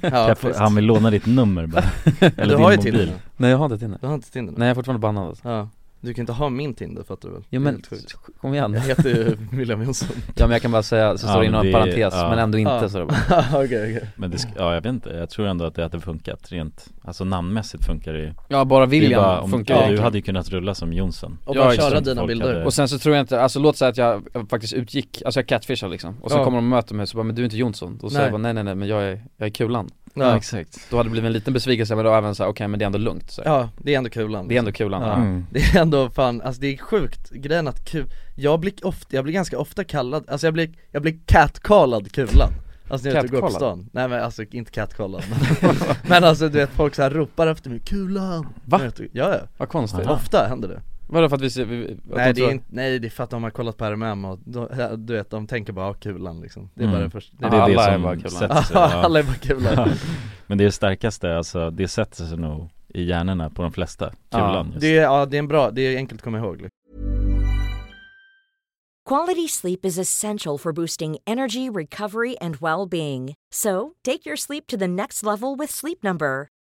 jag får,
faktiskt.
han vill låna ditt nummer bara, eller
Du
din
har ju
mobil.
Tinder nu.
Nej jag har inte Tinder
Du har inte Tinder nu?
Nej jag är fortfarande bannad alltså.
Ja, du kan inte ha min Tinder fattar du väl?
Jo
Det är
men,
helt sjukt.
kom igen
Jag heter ju William Jonsson
Ja men jag kan bara säga, så
Ja,
står det
men
inom
det-
parentes,
ja.
men ändå inte
Ja.
så det bara
Okej okej
Men det, sk- ja jag vet inte, jag tror ändå att det hade funkat rent, alltså namnmässigt funkar det ju
Ja bara
Det är
William
bara om-
funkar
ja,
ju
Du hade ju kunnat rulla som Jonsson
Och
Ja,
bara
exakt.
köra dina
Folk
bilder
hade-
Och sen så tror jag inte, alltså låt säga att jag faktiskt utgick, alltså jag catfishar liksom Och så
Ja.
kommer de och möter mig och så bara, men du är inte Jonsson, och så
Nej.
säger jag bara, nej nej nej men jag är, jag är kulan
Ja,
exakt
Då hade det blivit en liten besvikelse men då även såhär, okej men det är ändå lugnt så. här.
ja det är ändå kulan
Det är ändå kulan,
Ja.
ja.
mm.
Det är ändå fan, alltså det är sjukt, grejen att kul, jag blir ofta, jag blir ganska ofta kallad, alltså jag blir, jag blir catcallad kulan Alltså när jag är ute och går på
Catcallad?
stan, nej men alltså inte catcallad men, men alltså du vet folk så här ropar efter mig, kulan!
Va?
När jag är ute- Ja, ja,
vad konstigt
ofta händer det
Vadå för att vi ser, vi, att
Nej
de
det, är
tror-
inte, nej det är för att de har kollat på RMM och de, du vet de tänker bara, ah, kulan liksom Det är
Mm.
bara det första, det
Det är
är
Alla är
det
bara
som
kulan.
sätter sig,
bara, alla
ja.
är bara kulan
Men det är det starkaste, alltså det sätter sig nog i hjärnorna på de flesta, kulan just.
Det är, ja det är en bra, det är enkelt att komma ihåg liksom.
Quality sleep is essential for boosting energy, recovery, and well being. So, take your sleep to the next level with Sleep Number.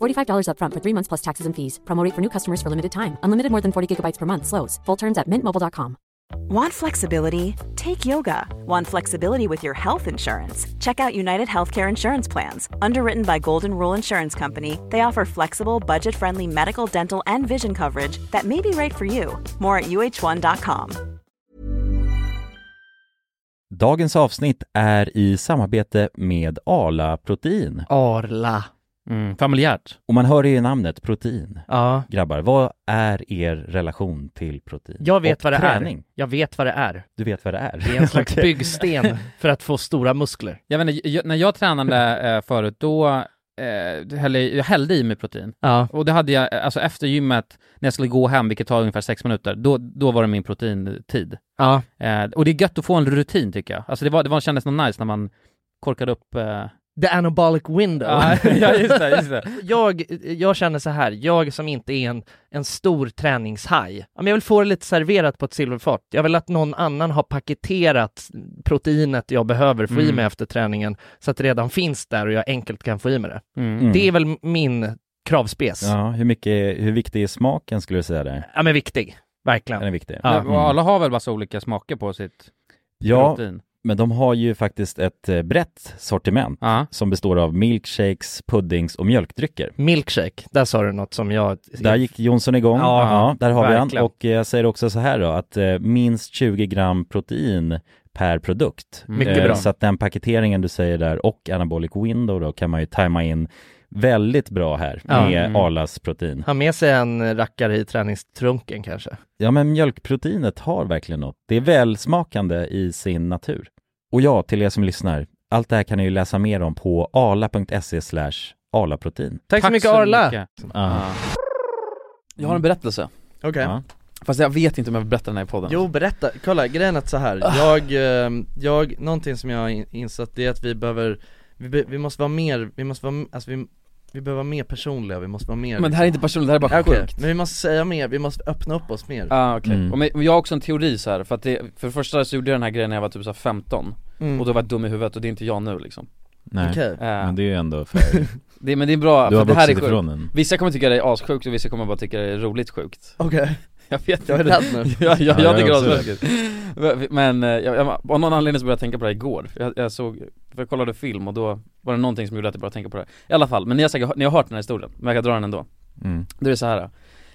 $45 upfront for three months plus taxes and fees. Promo rate for new customers for limited time. Unlimited more than 40 gigabytes per month. Slows. Full terms at mintmobile.com.
Want flexibility? Take yoga. Want flexibility with your health insurance? Check out United Healthcare Insurance Plans. Underwritten by Golden Rule Insurance Company, they offer flexible, budget friendly medical, dental, and vision coverage that may be right for you. More at uh1.com.
Dagens avsnitt är i samarbete med Arla Protein
Arla.
mm, familjärt
Och man hör det ju i namnet, protein
Ja,
Grabbar, vad är er relation till protein?
jag vet
Och
vad det
träning?
är. Jag vet vad det är.
Du vet vad det är?
Det är en slags
Okej.
byggsten för att få stora muskler.
Jag vet inte, jag, när jag tränade eh, förut då
eh, hällde, i- jag hällde i mig protein.
Ja.
Och det hade jag, eh, alltså efter gymmet, när jag skulle gå hem, vilket tar ungefär sex minuter, då, då var det min proteintid.
Ja.
Eh, och det är gött att få en rutin tycker jag. Alltså det, var, det var, kändes nog nice när man korkade upp... Eh...
The anabolic window.
Ja, ja, just det, just det.
jag, jag känner så här, jag som inte är en, en stor träningshaj, ja, men jag vill få det lite serverat på ett silverfat. Jag vill att någon annan har paketerat proteinet jag behöver få i
Mm.
mig efter träningen så att det redan finns där och jag enkelt kan få i mig det.
Mm.
Mm.
Det är väl min kravspes. Ja,
Ja, hur mycket, hur viktig är smaken skulle du säga där?
men viktig, verkligen.
Den är viktig.
Ja,
Mm.
och alla har väl massa olika smaker på sitt
ja,
protein?
men de har ju faktiskt ett eh, brett sortiment
Ja.
som består av milkshakes, puddings och mjölkdrycker.
Milkshake, där sa du något som jag...
Där gick Jonsson igång.
Ja,
Ja, där har vi
verkligen.
han. Och eh, jag säger också så här då, att eh, minst 20 gram protein per produkt.
Mm.
Mycket
Eh,
bra.
Så att den paketeringen du säger där och anabolic window då kan man ju tajma in väldigt bra här
Ja.
med
Mm.
Arlas protein.
Ha med sig en rackare i träningstrunken kanske.
Ja men mjölkproteinet har verkligen något. Det är välsmakande i sin natur. Och ja, till er som lyssnar, allt det här kan ni ju läsa mer om på arla.se slash arlaprotein.
Tack, så mycket Arla!
mycket.
Ja.
Ah. Jag har en berättelse,
Okej
Ja.
fast jag vet inte om jag vill berätta den Ah. här i podden
Jo berätta, kolla grejen är att så här. jag, eh, jag, någonting som jag har in- insett det är att vi behöver, vi, be, vi måste vara mer, vi måste vara, alltså vi, vi behöver vara mer personliga, vi måste vara mer
Men det här är inte personligt, det här är bara
Ja, okej.
sjukt.
Men vi måste säga mer, vi måste öppna upp oss mer
Ja ah, okej,
Mm.
Och men- men jag har också en teori så här, för att det, för det första så gjorde jag den här grejen när jag var typ så här 15
Mm.
Och då var jag dum i huvudet och det är inte jag nu liksom
Nej,
Okej,
Eh,
men det är ju ändå för...
det, men det är bra,
Du
för
har
det här är
vuxit
sjukt
ifrån den.
Vissa kommer tycka det är assjukt och vissa kommer bara tycka det är roligt sjukt
okej,
Jag vet
jag är
inte
rädd nu
jag, jag,
Ja,
jag
jag
tycker det
också.
är assjukt Men eh, jag, jag, av någon anledning så började jag tänka på det här igår, jag, jag såg, för jag kollade film och då var det någonting som gjorde att jag började tänka på det här I alla fall, men ni har säkert, ni har hört den här historien, men jag kan dra den ändå
Mm.
Det är så här.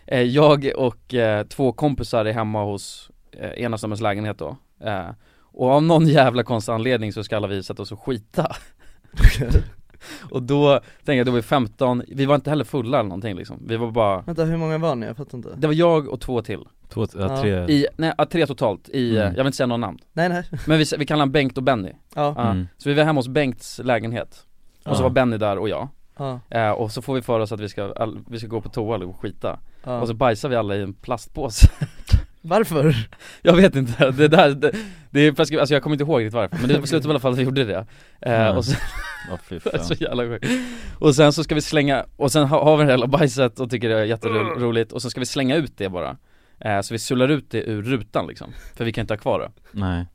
Eh, jag och eh, två kompisar är hemma hos eh, ena stammens lägenhet då eh, Och av någon jävla konstig anledning så ska alla vi sätta oss och skita Och då, tänker jag, då var vi 15, vi var inte heller fulla eller någonting liksom Vi var bara,
Vänta hur många var ni? Jag fattar inte
det var jag och två till
Två,
Ja.
ja, tre...
I, nej ja, tre totalt i, eh,
Mm.
jag vill inte säga några namn
Nej nej,
Men vi, vi kallar han Bengt och Benny
ja,
Ja.
Mm.
Så vi var hemma hos Bengts lägenhet Ah, Och så
Ja.
var Benny där och jag
ja,
eh, Och så får vi för oss att vi ska, all, vi ska gå på toa eller skita
ja.
Och så bajsar vi alla i en plastpåse
Varför?
Jag vet inte, det där, det, det är preskri- alltså jag kommer inte ihåg riktigt varför men det slutade i alla fall att vi gjorde det eh,
Mm.
och så,
Ja, fy
det är så
fan.
jävla sjukt Och sen så ska vi slänga, och sen ha- har vi det här jävla bajset och tycker det är
Mm.
jätteroligt och så ska vi slänga ut det bara eh, Så vi sular ut det ur rutan liksom, för vi kan inte ha kvar det
Nej.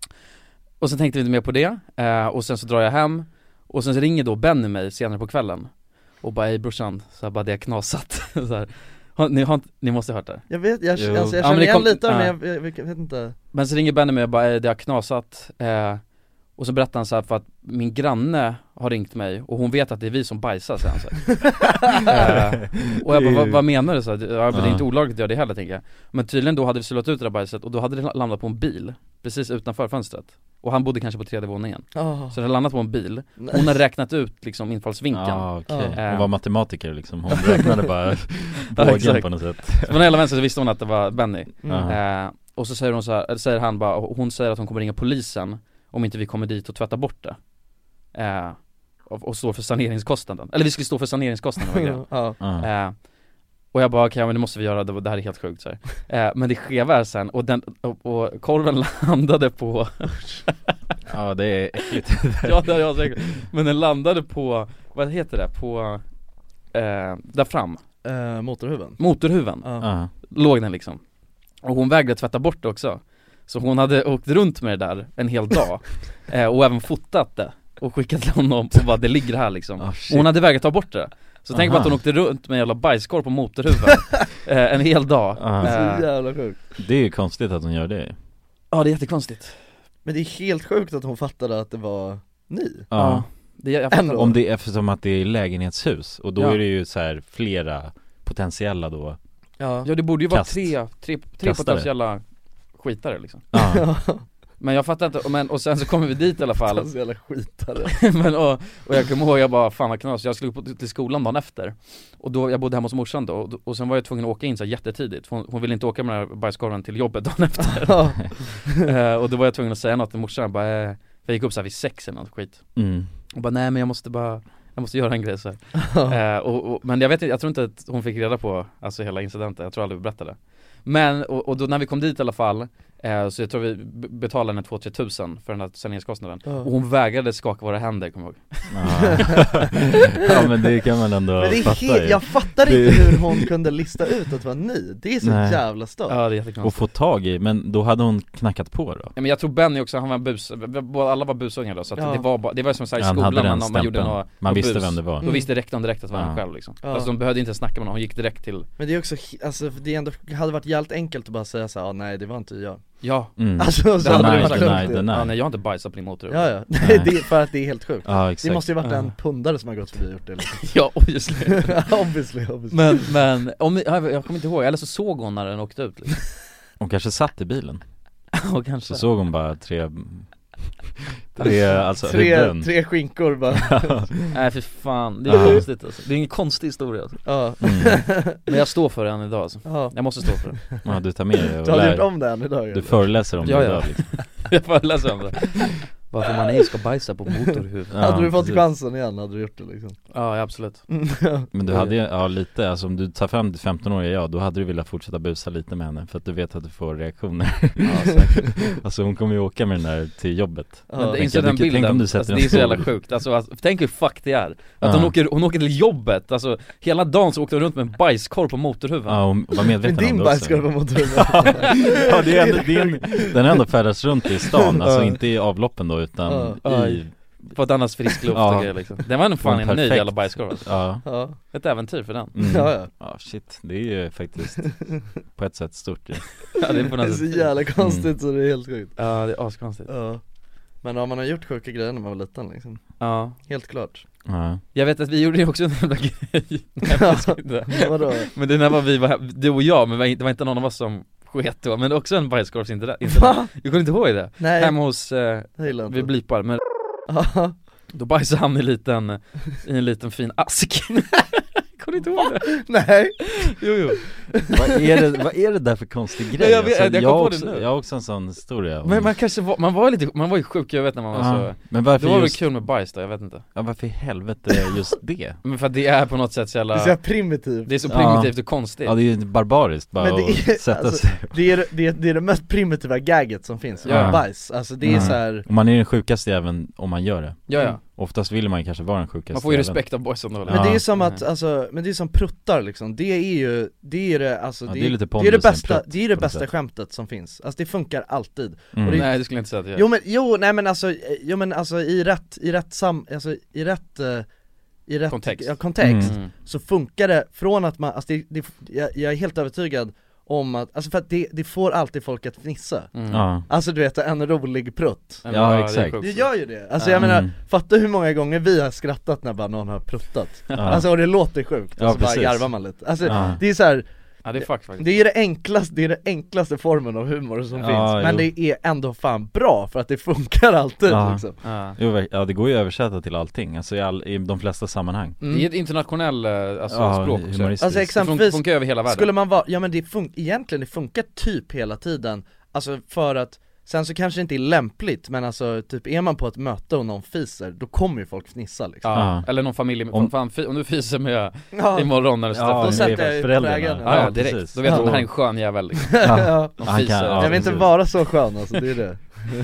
Och sen tänkte vi inte mer på det, eh, och sen så drar jag hem Och sen så ringer då Benny mig senare på kvällen Och bara ej brorsan, så här, bara det är knasat så här. Har, ni, har, inte- ni måste ha hört det
Jag vet, jag, alltså,
Jo.
jag
Ja,
känner
men det
igen
kom- ah.
lite av det,
ja.
men jag, jag, jag vet inte
Men så ringer Benny mig och bara "Eh, det har knasat eh, Och så berättar han så här för att min granne har ringt mig och hon vet att det är vi som bajsar säger han så här. eh, Och jag bara vad, vad menar du? Så här, ja, men det är inte
Ja.
olagligt att göra det heller tänker jag Men tydligen då hade vi sulat ut det där bajset och då hade det la- landat på en bil Precis utanför fönstret Och han bodde kanske på tredje våningen
oh.
Så det hade landat på en bil
Nej.
Hon har räknat ut liksom infallsvinkeln
Ja, okej.
Ja.
Hon var matematiker liksom. Hon räknade bara bågen
exakt.
på något sätt.
Så På den hela vänstern så visste hon att det var Benny
Mm.
Ja.
Eh, och så säger, hon så här, eller säger han bara, hon säger att hon kommer ringa polisen om inte vi kommer dit och tvättar bort det. Eh, och, och står för saneringskostnaden. Eller vi skulle stå för saneringskostnaden var grejen.
Ja,
Ja.
eh, Och jag bara okej, ja men det måste vi göra, det, var- det här är helt sjukt så här. Eh, Men det skeva är sen, och, den, och, och korven landade på,
ja, det är äckligt.
ja det har jag säkert, men den landade på, vad heter det, på, eh, där fram,
eh, motorhuven
motorhuven.
Ja,
Ja.
låg den liksom Och hon vägrade tvätta bort det också Så hon hade åkt runt med det där en hel dag eh, och även fotat det och skickat till honom och bara det ligger här liksom
Ah,
Och
shit.
Hon hade vägrat ta bort det Så tänk på att
Aha.
hon åkte runt med en jävla bajskorv på motorhuven eh, en hel dag
Ah.
så
eh,
jävla sjukt
Det är ju konstigt att hon gör det.
Ja det är jättekonstigt
Men det är helt sjukt att hon fattade att det var ni
Ja.
det, jag fattar.
Ändå
Om det är eftersom att det är lägenhetshus och då
Ja.
är det ju så här flera potentiella då.
Ja,
Ja det borde ju vara
Kast.
tre, tre, tre
Kastare.
potentiella skitare liksom
Ja.
Men jag fattar inte, och men, och sen så kommer vi dit i alla fall
så jävla skitare
men, och, och jag kommer ihåg, jag bara fan vad knas, jag skulle på, till skolan dagen efter Och då, jag bodde hemma hos morsan då, och, och sen var jag tvungen att åka in så här jättetidigt för hon, hon ville inte åka med den här bajskorven till jobbet dagen efter
Ja,
Eh, Och då var jag tvungen att säga något till morsan, bara eh, för jag gick upp så här vid sex eller något skit
Mm.
Och bara nej men jag måste bara jag måste göra en grej så här. eh, och, och, Men jag vet inte, jag tror inte att hon fick reda på alltså hela incidenten, jag tror aldrig vi berättade Men, och, och då när vi kom dit i alla fall eh, Så jag tror vi b- betalade henne 2-3 tusen för den här saneringskostnaden
Ja.
Och hon vägrade skaka våra händer, kommer jag
Ja.
ihåg
Ja, men det kan man ändå
Men det är
fatta
helt,
ju.
jag fattar
Det-
inte hur hon kunde lista ut att det var ni, det är så
Nej.
jävla stört
Och få tag i, men då hade hon knackat på då?
Ja, men jag tror Benny också, han var en bus, båda- alla var busungar då så att
Ja.
det var bara, det var som såhär i
Ja, han
skolan
hade den
man, man gjorde
stämpeln.
några,
Man
några
visste
bus.
vem det var.
Då
Mm.
visste direkt om direkt att det var
Ja.
han själv liksom
Ja.
Alltså de behövde inte ens snacka med någon, hon gick direkt till,
Men det är också, he- alltså för det är ändå, hade varit jävligt enkelt att bara säga såhär, ah, nej det var inte jag
ja
Mm.
Alltså så hade
Deny,
det varit
deny,
sjukt.
deny.
Ja, nej jag har inte bajsat på din motor
Ja ja,
Nej.
det är för att det är helt sjukt
Ja
Det
exakt
måste ju varit
Ja.
en pundare som har gått förbi och gjort det liksom.
Ja, obviously
Obviously, obviously
Men, men, om, ni- jag jag kommer inte ihåg, eller så såg hon när den åkte ut liksom.
Hon kanske satt i bilen,
Ja kanske
så såg hon bara tre Tre, alltså
tre,
huvuden
tre skinkor
Mm.
bara,
Nej för fan, det är
Ja.
konstigt alltså. Det är ingen konstig historia alltså.
ja,
mm.
Men jag står för den idag alltså.
ja
Jag måste stå för den
Ja du tar med dig och
Du hade gjort
lär,
om det än idag
du föreläser om
Ja,
det
ja.
idag liksom.
Jag föreläser om det Varför man ej ska bajsa på motorhuvud
Ja,
Hade du fått
precis.
chansen igen hade du gjort det liksom
Ja, ja absolut
Men du hade ju, ja lite, alltså om du tar fram ditt 15-åriga jag, då hade du velat fortsätta busa lite med henne för att du vet att du får reaktioner Alltså hon kommer ju åka med den där till jobbet
Men
ja.
det,
tänk om
den
du-
bilden,
tänk om du
alltså,
sätter
det är
en
så jävla
stol.
sjukt, alltså, alltså, tänk hur fuck det är Att
Ja.
hon, åker, hon åker till jobbet, alltså hela dagen så åkte hon runt med en bajskorv på motorhuvan
Ja hon var
Men
medveten om
din
det
bajs skulle
också
vara mot huvudet
Ja det är ändå, det är en, den har ändå färdats runt i stan, alltså inte i avloppen då utan
Ja.
i,
På ett annars frisk luft
Ja.
och grejer liksom Den var nog fan
Men
en ny
perfekt.
jävla bajskorv alltså.
ja
Ja,
Ett äventyr för den
mm.
ja, ja.
Ja shit, det är ju faktiskt på ett sätt stort ju.
Ja det är på
Det är
något
så
sätt
jävla
Mm.
konstigt så det är helt sjukt
Ja det är askonstigt
Ja Men ja, man har gjort sjuka grejer när man var liten liksom,
Ja
helt klart
Ja.
Jag vet att vi gjorde ju också en jävla grej Nej, jag ska inte.
Vadå?
Men det när var vi var, du och jag, men det var inte någon av oss som sket då, men också en bajskorvsincident
Va?
Jag kommer inte ihåg det?
Nej,
Hemma hos, eh,
jag gillar inte
vi blipar, men
Ja.
Då bajsade han i, liten, i en liten fin ask Kommer du inte ihåg det?
Nej,
Jo, jo.
Vad, är det, vad är det där för konstig grej?
Nej, jag vet- jag kom
har
på det
också,
nu.
jag har också en sån historia om-
Men man kanske var, man var lite, man var ju sjuk, jag vet när man var
ja.
så
Men
Det
varför
var väl
just,
kul med bajs då, jag vet inte
ja, varför i helvete är just det?
Men för att det är på något sätt så
det är
jävla,
så här primitivt
det är så
Ja.
primitivt och konstigt
Ja det är ju barbariskt bara
Men det är-
att sätta
alltså-
sig
Det är det, är, det, är det mest primitiva gagget som finns,
Ja.
bajs, alltså det är
Mm.
så här.
Och man är den sjukaste även om man gör det
Ja, ja,
Oftast vill man ju kanske vara den sjukaste
man får ju
även.
respekt av boysen då
Men
Ja.
det är som att,
Mm.
alltså, men det är som pruttar liksom, det är ju, det är det, alltså,
Ja,
det,
det är lite pondus i
det
en
bästa,
prutt,
det är det
på något
bästa
sätt.
skämtet som finns, alltså det funkar alltid
mm.
och det-
Nej det skulle jag inte säga att jag
Jo men, jo, nej men alltså, eh, jo men alltså i rätt, i rätt sam, alltså i rätt, eh, i rätt
Kontext.
Ja, kontext
Mm.
så funkar det från att man, alltså det, det, jag, jag är helt övertygad om att, alltså för att det, det får alltid folk att fnissa
Mm.
Ja,
Alltså du vet, en rolig prutt
Men,
Ja,
det är
exakt.
sjukt.
Det gör ju det, alltså jag
Mm.
menar, fatta hur många gånger vi har skrattat när bara någon har pruttat
ja.
Alltså och det låter sjukt,
Ja,
och så bara
precis.
garvar man lite Alltså
Ja.
det är så här,
Ja det är fuck faktiskt
det är det enklaste, det är det enklaste formen av humor som
Ja,
finns Men
jo.
det är ändå fan bra för att det funkar alltid
Ja.
liksom
ja.
Jo, verk- ja det går ju att översätta till allting, alltså i, all, i de flesta sammanhang
Det är ett internationellt eh, alltså,
Ja,
språk också
humoristiskt.
Mm. Alltså
Det fun-
exempelvis,
funkar över hela världen
skulle man vara, ja men det funkar, egentligen det funkar typ hela tiden Alltså för att, sen så kanske det inte är lämpligt men alltså typ är man på ett möte och någon fiser, då kommer ju folk fnissa liksom
Ja,
Ja.
eller någon familj, om,
Om-
fan, fi- om du fiser med
Ja,
imorgon när du
Ja,
ja,
då
det är
sätter jag ju
föräldrarna.
prägen.
ja, ja,
Ja,
direkt,
precis.
då vet du
Ja.
att det här är en skön jävel liksom.
ja.
De
Han kan-
fiser.
ja,
Jag vill inte
precis.
vara så skön alltså, det är det
Ja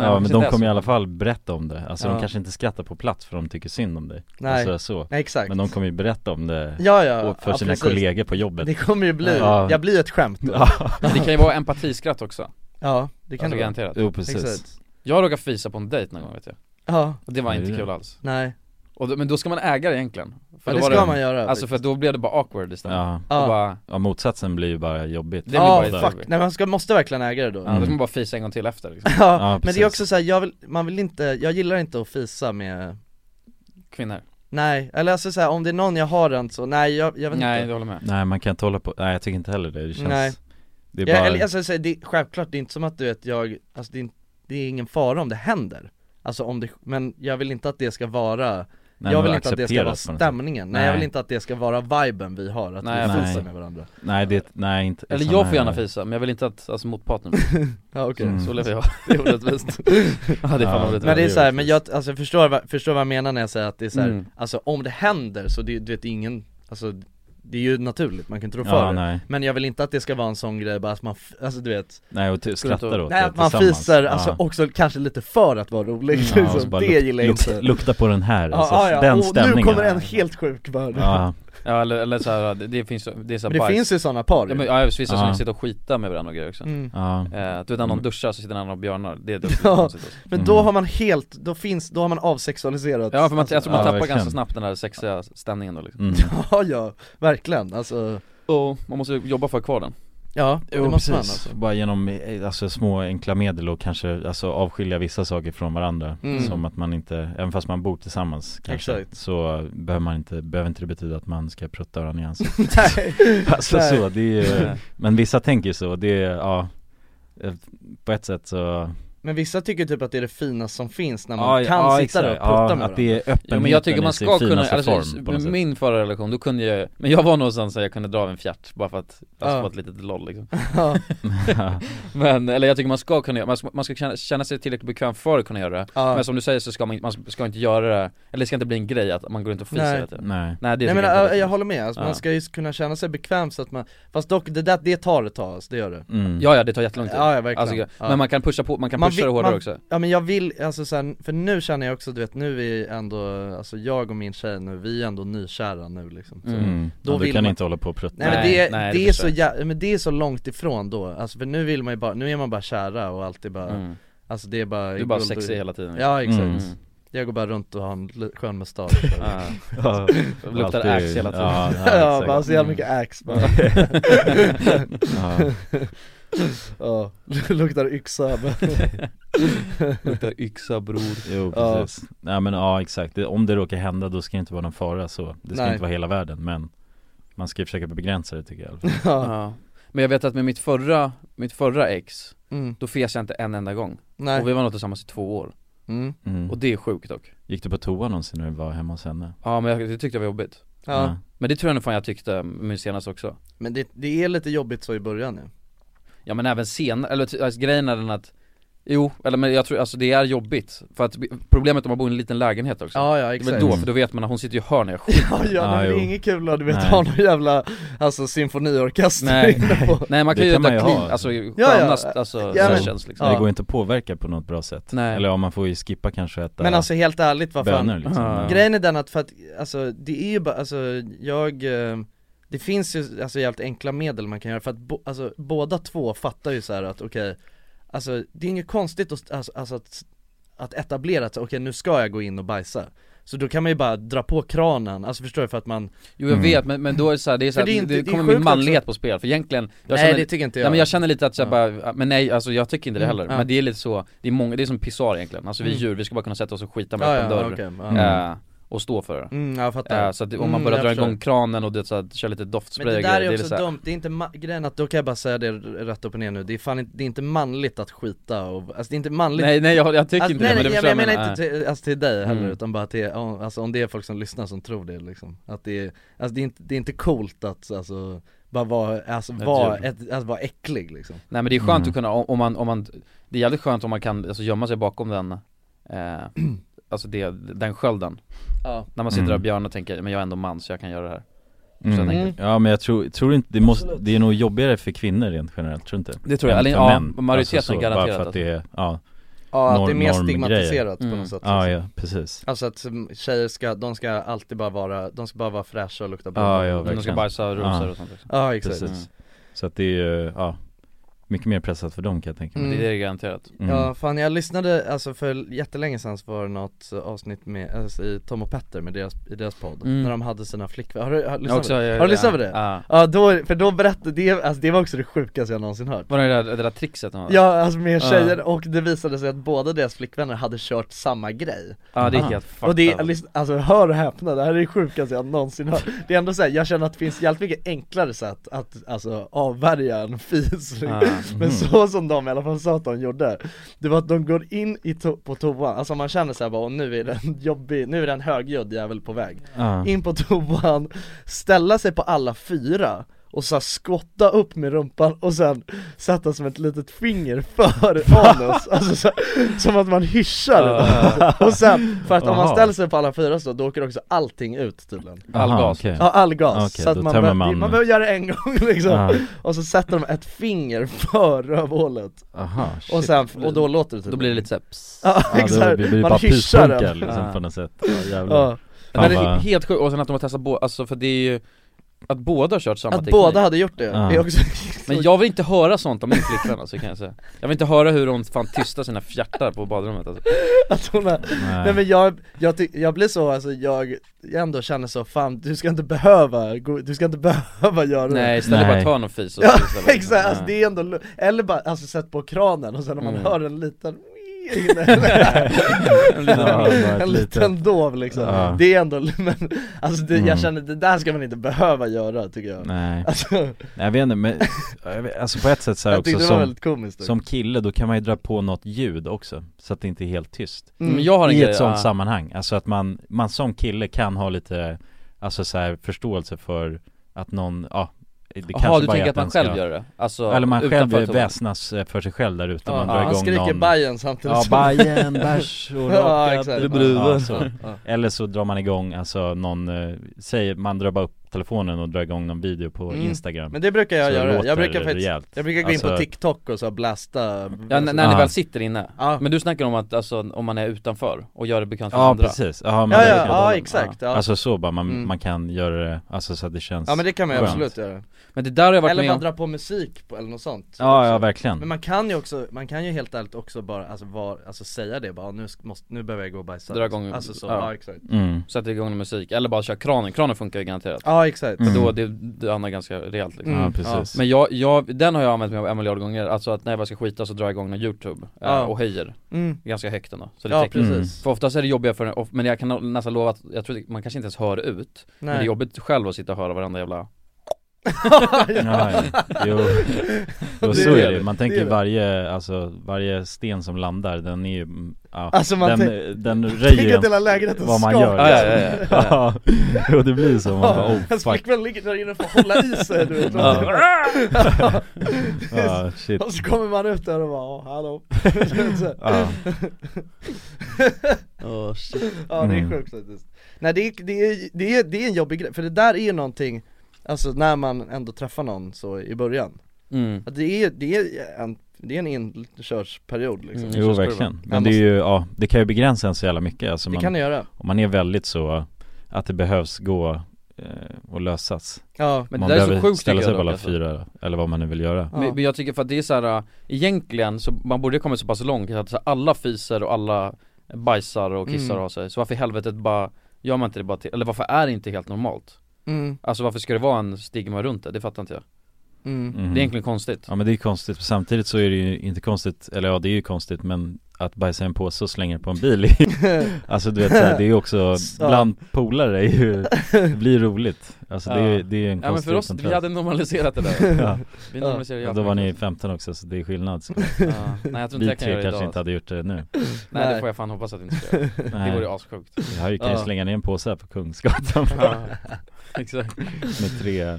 men
precis.
de kommer i alla fall berätta om det, alltså
Ja.
de kanske inte skrattar på plats för de tycker synd om dig
Nej.
Alltså, så.
Nej exakt
Men de kommer ju berätta om det
Ja ja,
och för
ja,
sina
precis.
kollegor på jobbet
Det kommer ju bli,
Ja.
jag blir ett skämt då.
Ja,
Det kan ju vara empatiskratt också,
Ja, det kan
alltså,
det vara
garanterat
jo precis
Exakt.
Jag råkade fisa på en dejt någon gång vet jag,
Ja,
och det var
Ja, det
inte
är det.
kul alls
nej,
och då, Men då ska man äga det egentligen
ja,
för
det
då var
ska man göra
Alltså för då blev det bara awkward istället ja.
Ja,
Ja.
bara,
ja motsatsen blir ju bara jobbigt
Det blir
Ja,
bara-
fuck, nej man ska, måste verkligen äga det då
ja,
Ja,
då ska man bara fisa en gång till efter liksom.
men det
precis.
är också såhär, jag vill, man vill inte, jag gillar inte att fisa med
Kvinnor,
Nej, eller alltså såhär, om det är någon jag har den så, nej jag, jag vet
nej
inte
det håller jag med
Nej man kan inte hålla på, nej jag tycker inte heller det, det känns
Nej.
Det är
jag,
bara,
eller, alltså, så här, det, självklart, det är inte som att du vet jag, alltså det är, in- det är ingen fara om det händer Alltså om det, men jag vill inte att det ska vara
Nej,
jag
men
vill inte att det ska
accepteras
vara
på något sätt.
stämningen, nej, jag vill inte att det ska vara viben vi har, att
Nej,
vi
jag
fisar
fattar.
med varandra
Nej, det, nej inte
Eller
såna
jag får
här-
gärna fisa, men jag vill inte att, alltså motparten
Ja okej
Mm.
Så lever jag,
Det är orättvist
Ja det är fan orättvist
Men det är såhär, men jag alltså, förstår, vad, förstår vad jag menar när jag säger att det är såhär,
Mm.
alltså om det händer så det, du vet ingen, alltså det är ju naturligt, man kan inte rå
Ja,
för det
nej.
Men jag vill inte att det ska vara en sån grej bara att man, f- alltså du vet
Nej och ty- skrattar åt
Nej
det
att man
tillsammans.
fiser,
Ja.
alltså också kanske lite för att vara rolig
Ja, och så
liksom.
bara
det
luk-
gillar jag
luk-
inte
Lukta på den här,
Ja,
alltså,
ja, ja.
den
Och
stämningen
Nu kommer en helt sjuk värld
Ja,
Ja eller, eller såhär, det, det finns, det är såhär
Men det
bajs.
finns ju sådana par
Ja
ju.
men ja, vissa
Ja.
som sitter och skita med varandra och grejer också
Mm.
ja,
eh, Du vet när någon duschar så sitter en annan och björnar, det är
Ja.
dumt
Men då
Mm.
har man helt, då finns, då har man avsexualiserat
Ja för man, jag tror man
Ja,
tappar
verkligen.
ganska snabbt den här sexiga stämningen då liksom
mm.
Alltså, Ja ja, verkligen alltså,
Och man måste jobba för att ha kvar den
ja det
Jo,
måste
precis.
man alltså
Bara genom eh, alltså, små enkla medel och kanske alltså, avskilja vissa saker från varandra
Mm.
Som att man inte, även fast man bor tillsammans kanske
Exakt.
Så behöver man inte, behöver inte det betyda att man ska prutta varandra i ansiktet
Nej,
Alltså
Nej.
så, det är ju, men vissa tänker ju så, det är, ja eh, På ett sätt så
men vissa tycker typ att det är det finaste som finns när man kan sitta där och prutta med
att
varandra
det är öppenheten
Jo men jag tycker man
typ
ska
i sin
kunna,
finaste
alltså,
form på något sätt.
min förra relation, då kunde jag ju- Men jag var nog sån så jag kunde dra av en fjärt bara för att, alltså
Ja.
bara ett litet loll liksom
Ja.
Ja.
Men, eller jag tycker man ska kunna göra- man ska, man ska känna, känna sig tillräckligt bekväm för att kunna göra det
Ja.
Men som du säger så ska man, man ska inte göra det, eller det ska inte bli en grej att man går runt och fiser
Nej.
hela tiden
Nej
Nej det
Nej men
tycker jag,
jag,
inte.
jag håller med, alltså, man
Ja.
ska ju kunna känna sig bekväm så att man, fast dock det, där, det tar ett tag alltså, det gör det
mm.
Ja ja, det tar jättelång tid
Ja, ja, verkligen.
alltså,
Ja.
Men man kan pusha på, man kan
Man
pusha
vill-
det hårdare
man-
också
Ja men jag vill, alltså sen, för nu känner jag också du vet, nu är ändå, alltså jag och min tjej nu, vi är ändå nykära nu liksom Så-
Mm.
Mm.
Då
Då ja, du
vill
kan
man-
inte hålla på och prutta
Nej, men
Nej,
det,
nej,
det,
det
är så
förstår
jä- men det är så långt ifrån då, alltså för nu vill man ju bara, nu är man bara kära och allt är bara,
mm.
alltså det är bara
Du är bara
guld och-
sexig hela tiden
Ja exakt,
Mm.
jag går bara runt och har en l- skön mustasch
Ja.
Ja,
Luktar
Mm. alltid-
ax hela tiden.
Ja, ja,
Ja,
exakt.
bara så jävla mycket ax bara
Mm.
ja.
Ja, luktar yxa
Luktar yxa bror
Jo
Ja.
precis, nej men ja exakt, det, om det råkar hända då ska det inte vara någon fara så Det ska
Nej.
inte vara hela världen men Man ska ju försöka begränsa det tycker jag i alla fall.
Ja,
ja. Men jag vet att med mitt förra, mitt förra ex,
mm,
då fes jag inte en enda gång
nej,
Och vi var nog tillsammans i två år,
mm,
mm.
och det är sjukt dock
Gick du på toa någonsin när du var hemma hos henne?
Ja men jag, det tyckte jag var jobbigt
ja.
Men det tror jag nog fan jag tyckte med min senaste också
Men det, det är lite jobbigt så i början nu
Ja men även senare, eller ty- alltså, grejen är den att Jo, eller men jag tror, alltså det är jobbigt För att problemet om man bor i en liten lägenhet också
Ja ja
Det är
exakt
väl då, för då vet man att hon sitter ju i hörnet jag skiter
Ja, ja
Ja,
nej, men det är
jo.
inget kul att du vet
Nej.
ha någon jävla, alltså symfoniorkester
Nej.
inne på
Nej man
Det
kan ju
kan man
ta
ju
clean,
ha.
alltså skönast,
ja.
alltså
Ja,
så
men-
här känns liksom
Det
Ja.
går inte att påverka på något bra sätt
Nej.
Eller ja, man får ju skippa kanske att äta
Men alltså helt ärligt vad fan,
bönor liksom
Ja.
Men-
grejen är den att för att, alltså det är ju bara, alltså jag eh, det finns ju alltså jävligt enkla medel man kan göra för att bo, alltså, båda två fattar ju så här att okej Alltså det är inget konstigt att, alltså, alltså att, att etablera att så, okej nu ska jag gå in och bajsa Så då kan man ju bara dra på kranen, alltså förstår du för att man
Jo jag
Mm.
vet, men, men då är det så här, det är så här,
För det är
det,
inte- det är
kommer
sjukt
min manlighet på spel, för egentligen jag
Nej
känner,
det tycker inte jag
Ja men jag känner lite att jag
Ja.
bara, men nej alltså jag tycker inte det
Mm,
heller,
ja.
men det är lite så, det är många, det är som pissar egentligen, alltså vi är
Mm.
djur, vi ska bara kunna sätta oss och skita med
ja,
öppen
ja,
dörr
okej, ja.
Mm.
eh, och stå för det
Mm, ja, jag fattar
Eh, Så att det- om man
Mm,
börjar
jag
dra
förstår.
igång kranen och du vet, så här, kör lite
Men
doftspray
det
och grejer,
där är
det är lite
också
så här,
dumt, det är inte ma- grejen att då kan jag bara säga det r- rätt upp och ner nu, det är fan inte, det är inte manligt att skita och, alltså det är inte manligt
Nej nej jag, jag tycker
Alltså,
inte
nej,
det,
nej,
men eh, det förstår
jag, jag menar inte
Nej.
till, alltså till dig heller
Mm.
utan bara till, om- alltså om det är folk som lyssnar som tror det liksom Att det är, alltså det är inte, det är inte coolt att alltså, bara vara, alltså
Ett
vara,
djur.
ett, alltså, vara äcklig liksom
Nej men det är skönt
Mm.
att kunna, om om man, om man, det är jävligt skönt om man kan alltså, gömma sig bakom den, eh, alltså det, den skölden
Ja,
När man sitter
Mm.
där och björn och tänker, men jag är ändå man så jag kan göra det här
mm.
Mm.
Ja men jag tror, tror inte, det måste, det är nog jobbigare för kvinnor rent generellt, tror du inte?
Det tror jag,
Än
eller
för
ja,
män.
majoriteten
alltså, så,
garanterat
Bara för att det är, ja,
ja att det är
Norm-
mer
normgrejer.
stigmatiserat på
Mm.
något sätt
ja,
liksom.
ja precis
Alltså att mm, tjejer ska, de ska alltid bara vara, de ska bara vara fräscha och lukta
Ja, ja
Men de ska
verkligen
bajsa och rosor
Ja.
och sånt också.
ja exakt
Precis.
Mm.
Så att det är ju, ja, mycket mer pressat för dem kan jag tänka mig
Men
Mm.
det är det garanterat
Mm.
Ja fan jag lyssnade, alltså för jättelänge sedan så var det något avsnitt med, alltså, i Tom och Petter med deras, i deras podd,
Mm.
när de hade sina flickvänner, har du, har,
Jag
lyssnat
också,
på eh, det?
jag-
Har du lyssnat på
ja.
det?
Ja.
Ja då, för då berättade, det, alltså det var också det sjukaste jag någonsin hört
Var det det där, det där trixet han hade?
Ja alltså med
Ja.
tjejer, och det visade sig att båda deras flickvänner hade kört samma grej
Ja, det är
Ah.
helt fucked
Och det är,
up.
lyssna- alltså hör och häpna, det här är det sjukaste jag någonsin hört Det är ändå såhär, jag känner att det finns jävligt mycket enklare sätt att alltså avvärja en fis
Ja.
Mhm.
Men så som de, i alla fall Satan gjorde Det var att de går in i to- på toan, alltså man känner såhär bara "Åh, nu är det en jobbig, nu är det en högljudd jävel på väg
Ja.
In på toan, ställa sig på alla fyra och så här skotta upp med rumpan och sen sätta som ett litet finger för anus, alltså så, som att man hyschar Och sen, för att om man
Aha.
ställer sig på alla fyra så, då åker också allting ut tydligen
All Aha, gas. okej.
Ja all gas,
Okej,
så att
då
man,
tömmer
behöver-
man-
man behöver göra det en gång liksom
Ja.
Och så sätter de ett finger för rövhålet
Aha,
och,
shit.
sen, och då låter det typ
Då blir det lite såhär pss.
Ja
Ja, det
exakt,
blir- blir
man
bara
hyschar
pyspunka
den
liksom
Ja.
på något sätt Ja jävlar
ja.
Fan,
Men det är
vad-
helt sjukt, och sen att de har testat båda, alltså för det är ju Att båda har kört samma
Att
teknik
båda hade gjort det,
Ja.
är också
Men jag vill inte höra sånt om min flickvän alltså kan jag säga Jag vill inte höra hur hon fan tystar sina fjärtar på badrummet alltså.
att hon är,
Nej.
Nej men jag, jag, ty, jag blir så alltså, jag, jag ändå känner så fan du ska inte behöva, gå, du ska inte behöva göra det
Nej istället
Nej.
bara ta någon fis och
Ja
så istället.
exakt, alltså,
Ja.
det är ändå, lu- eller bara alltså sätt på kranen och sen om man
Mm.
hör en liten en liten,
Ja, bara ett
en liten
litet.
dov liksom,
Ja.
det är ändå, men alltså det,
Mm.
jag känner det där ska man inte behöva göra tycker jag
Nej,
Alltså,
jag vet inte men, jag vet- alltså på ett sätt så här
jag
också
tyckte det var
som,
väldigt komiskt
som kille då kan man ju dra på något ljud också Så att det inte är helt tyst
Mm. Men jag har en
I
grej,
ett sånt
ja.
sammanhang, alltså att man, man som kille kan ha lite, alltså så här, förståelse för att någon, ja det
Jaha
kanske
du
bara
tänker
är att
att
den
man
ska-
själv gör det? Alltså,
Eller man själv
utanför toaletten.
väsnas eh, för sig själv där ute,
Ja,
man
Ja,
drar
han
igång
skriker
någon
Bajen samtidigt
Ja,
som-
Bajen, bärs och
Ja,
raka
exakt.
bruden så.
Ja.
Eller så drar man igång, alltså någon, eh, säger, man drar bara upp telefonen och drar igång någon video på
Mm.
Instagram
Men det brukar jag
Så det
göra,
låter
jag brukar faktiskt,
rejält.
jag brukar gå in på
Alltså-
TikTok och så blasta
Ja, när, när ni
Ja.
väl sitter inne.
Ja.
Men du snackar om att, alltså, om man är utanför och gör det bekant för
Ja
andra.
precis, ja men
Ja,
det-
ja, ja exakt, ja.
Alltså så bara, man,
Mm.
man kan göra det, alltså så att det känns
ja men det kan man ju
skönt.
absolut göra
Men det där har jag varit
Eller
med
man
om.
drar på musik på, eller något sånt
Ja, ja
Också.
verkligen
Men man kan ju också, man kan ju helt ärligt också bara, alltså, var, alltså säga det bara, "Ah, nu, sk- måste, nu behöver jag gå och bajsa
Dra igång-
Alltså så, ja,
ja.
exakt
mm.
Sätter igång med musik, eller bara kör kranen, kranen funkar ju garanterat.
Ja exakt
Mm.
Då, det, det andra ganska rejält liksom.
Mm.
Ja precis
Men jag, jag, den har jag använt mig av en miljard gånger, alltså att när jag bara ska skita så drar jag igång någon youtube eh,
Ja.
och höjer
Mm.
ganska högt ändå, så det
Ja
täcker.
precis,
Mm.
För oftast är det jobbigare för, of- men jag kan nästan lova att, jag tror att man kanske inte ens hör ut Men det är
nej
jobbigt själv att sitta och höra varenda jävla
Ja, ja. Jo,
Det
och
är
så
det.
är det. Man
Det är
tänker ju
det.
varje, alltså varje sten som landar, den är ju, mm, ja,
Alltså, man
den,
tänk-
den
Tänk
röjer
att hela lägenheten
vad man
skakar.
gör liksom.
Ja, ja, ja, ja.
ja. Och det blir så, man bara, oh
Hans
fuck
flickvän ligger där inne för att hålla i sig du vet
ja, shit
Och så kommer man ut där och bara, "Åh, hallå
ja.
oh, shit.
Ja det är
Mm.
sjukt faktiskt Nej det är, det, är, det, är, det är en jobbig grej, för det där är ju någonting Alltså när man ändå träffar någon så i början
Mm.
Att det är, det är en, det är en inkörsperiod liksom
Mm.
Jo
Körskurva.
verkligen,
Man
men det är ju, ja, det kan ju begränsa en så jävla mycket alltså,
Det
man,
kan det göra,
Om man är väldigt så, att det behövs gå eh, och lösas
ja
Men
Man
det där är
behöver
så sjukt
ställa
tycker
sig
jag
på alla
dock, alltså.
fyra, eller vad man nu vill göra
Ja.
Men, men jag tycker för att det är så här, äh, egentligen så man borde komma så pass långt att så här, alla fiser och alla bajsar och kissar
Mm.
av sig, så varför i helvetet bara Gör man inte det bara till, eller varför är det inte helt normalt?
mm,
Alltså varför ska det vara en stigma runt det? Det fattar inte jag
mm.
Mhm.
Det är egentligen konstigt
Ja men det är konstigt, samtidigt så är det ju inte konstigt, eller ja det är ju konstigt men att bajsa i en påse och slänga det på en bil Alltså du vet såhär, det är ju också,
Så.
bland polare är ju, det blir roligt Alltså det är, det är ju en
Ja men
konstig
för oss, vi
kontrast.
hade normaliserat det där
ja.
Vi normaliserade
och
allt
Då var ni
möjligt.
15 också så det är skillnad så.
ja. Nej jag tror inte
Vi
jag kan göra
tre
det idag
kanske inte
alltså.
hade gjort det nu
Nej det
Nej.
får jag fan hoppas att jag inte ska göra. Det vore ju
Nej,
assjukt
jag har ju kan ju
Ja.
slänga ner en påse här på Kungsgatan
Ja, Exakt
med tre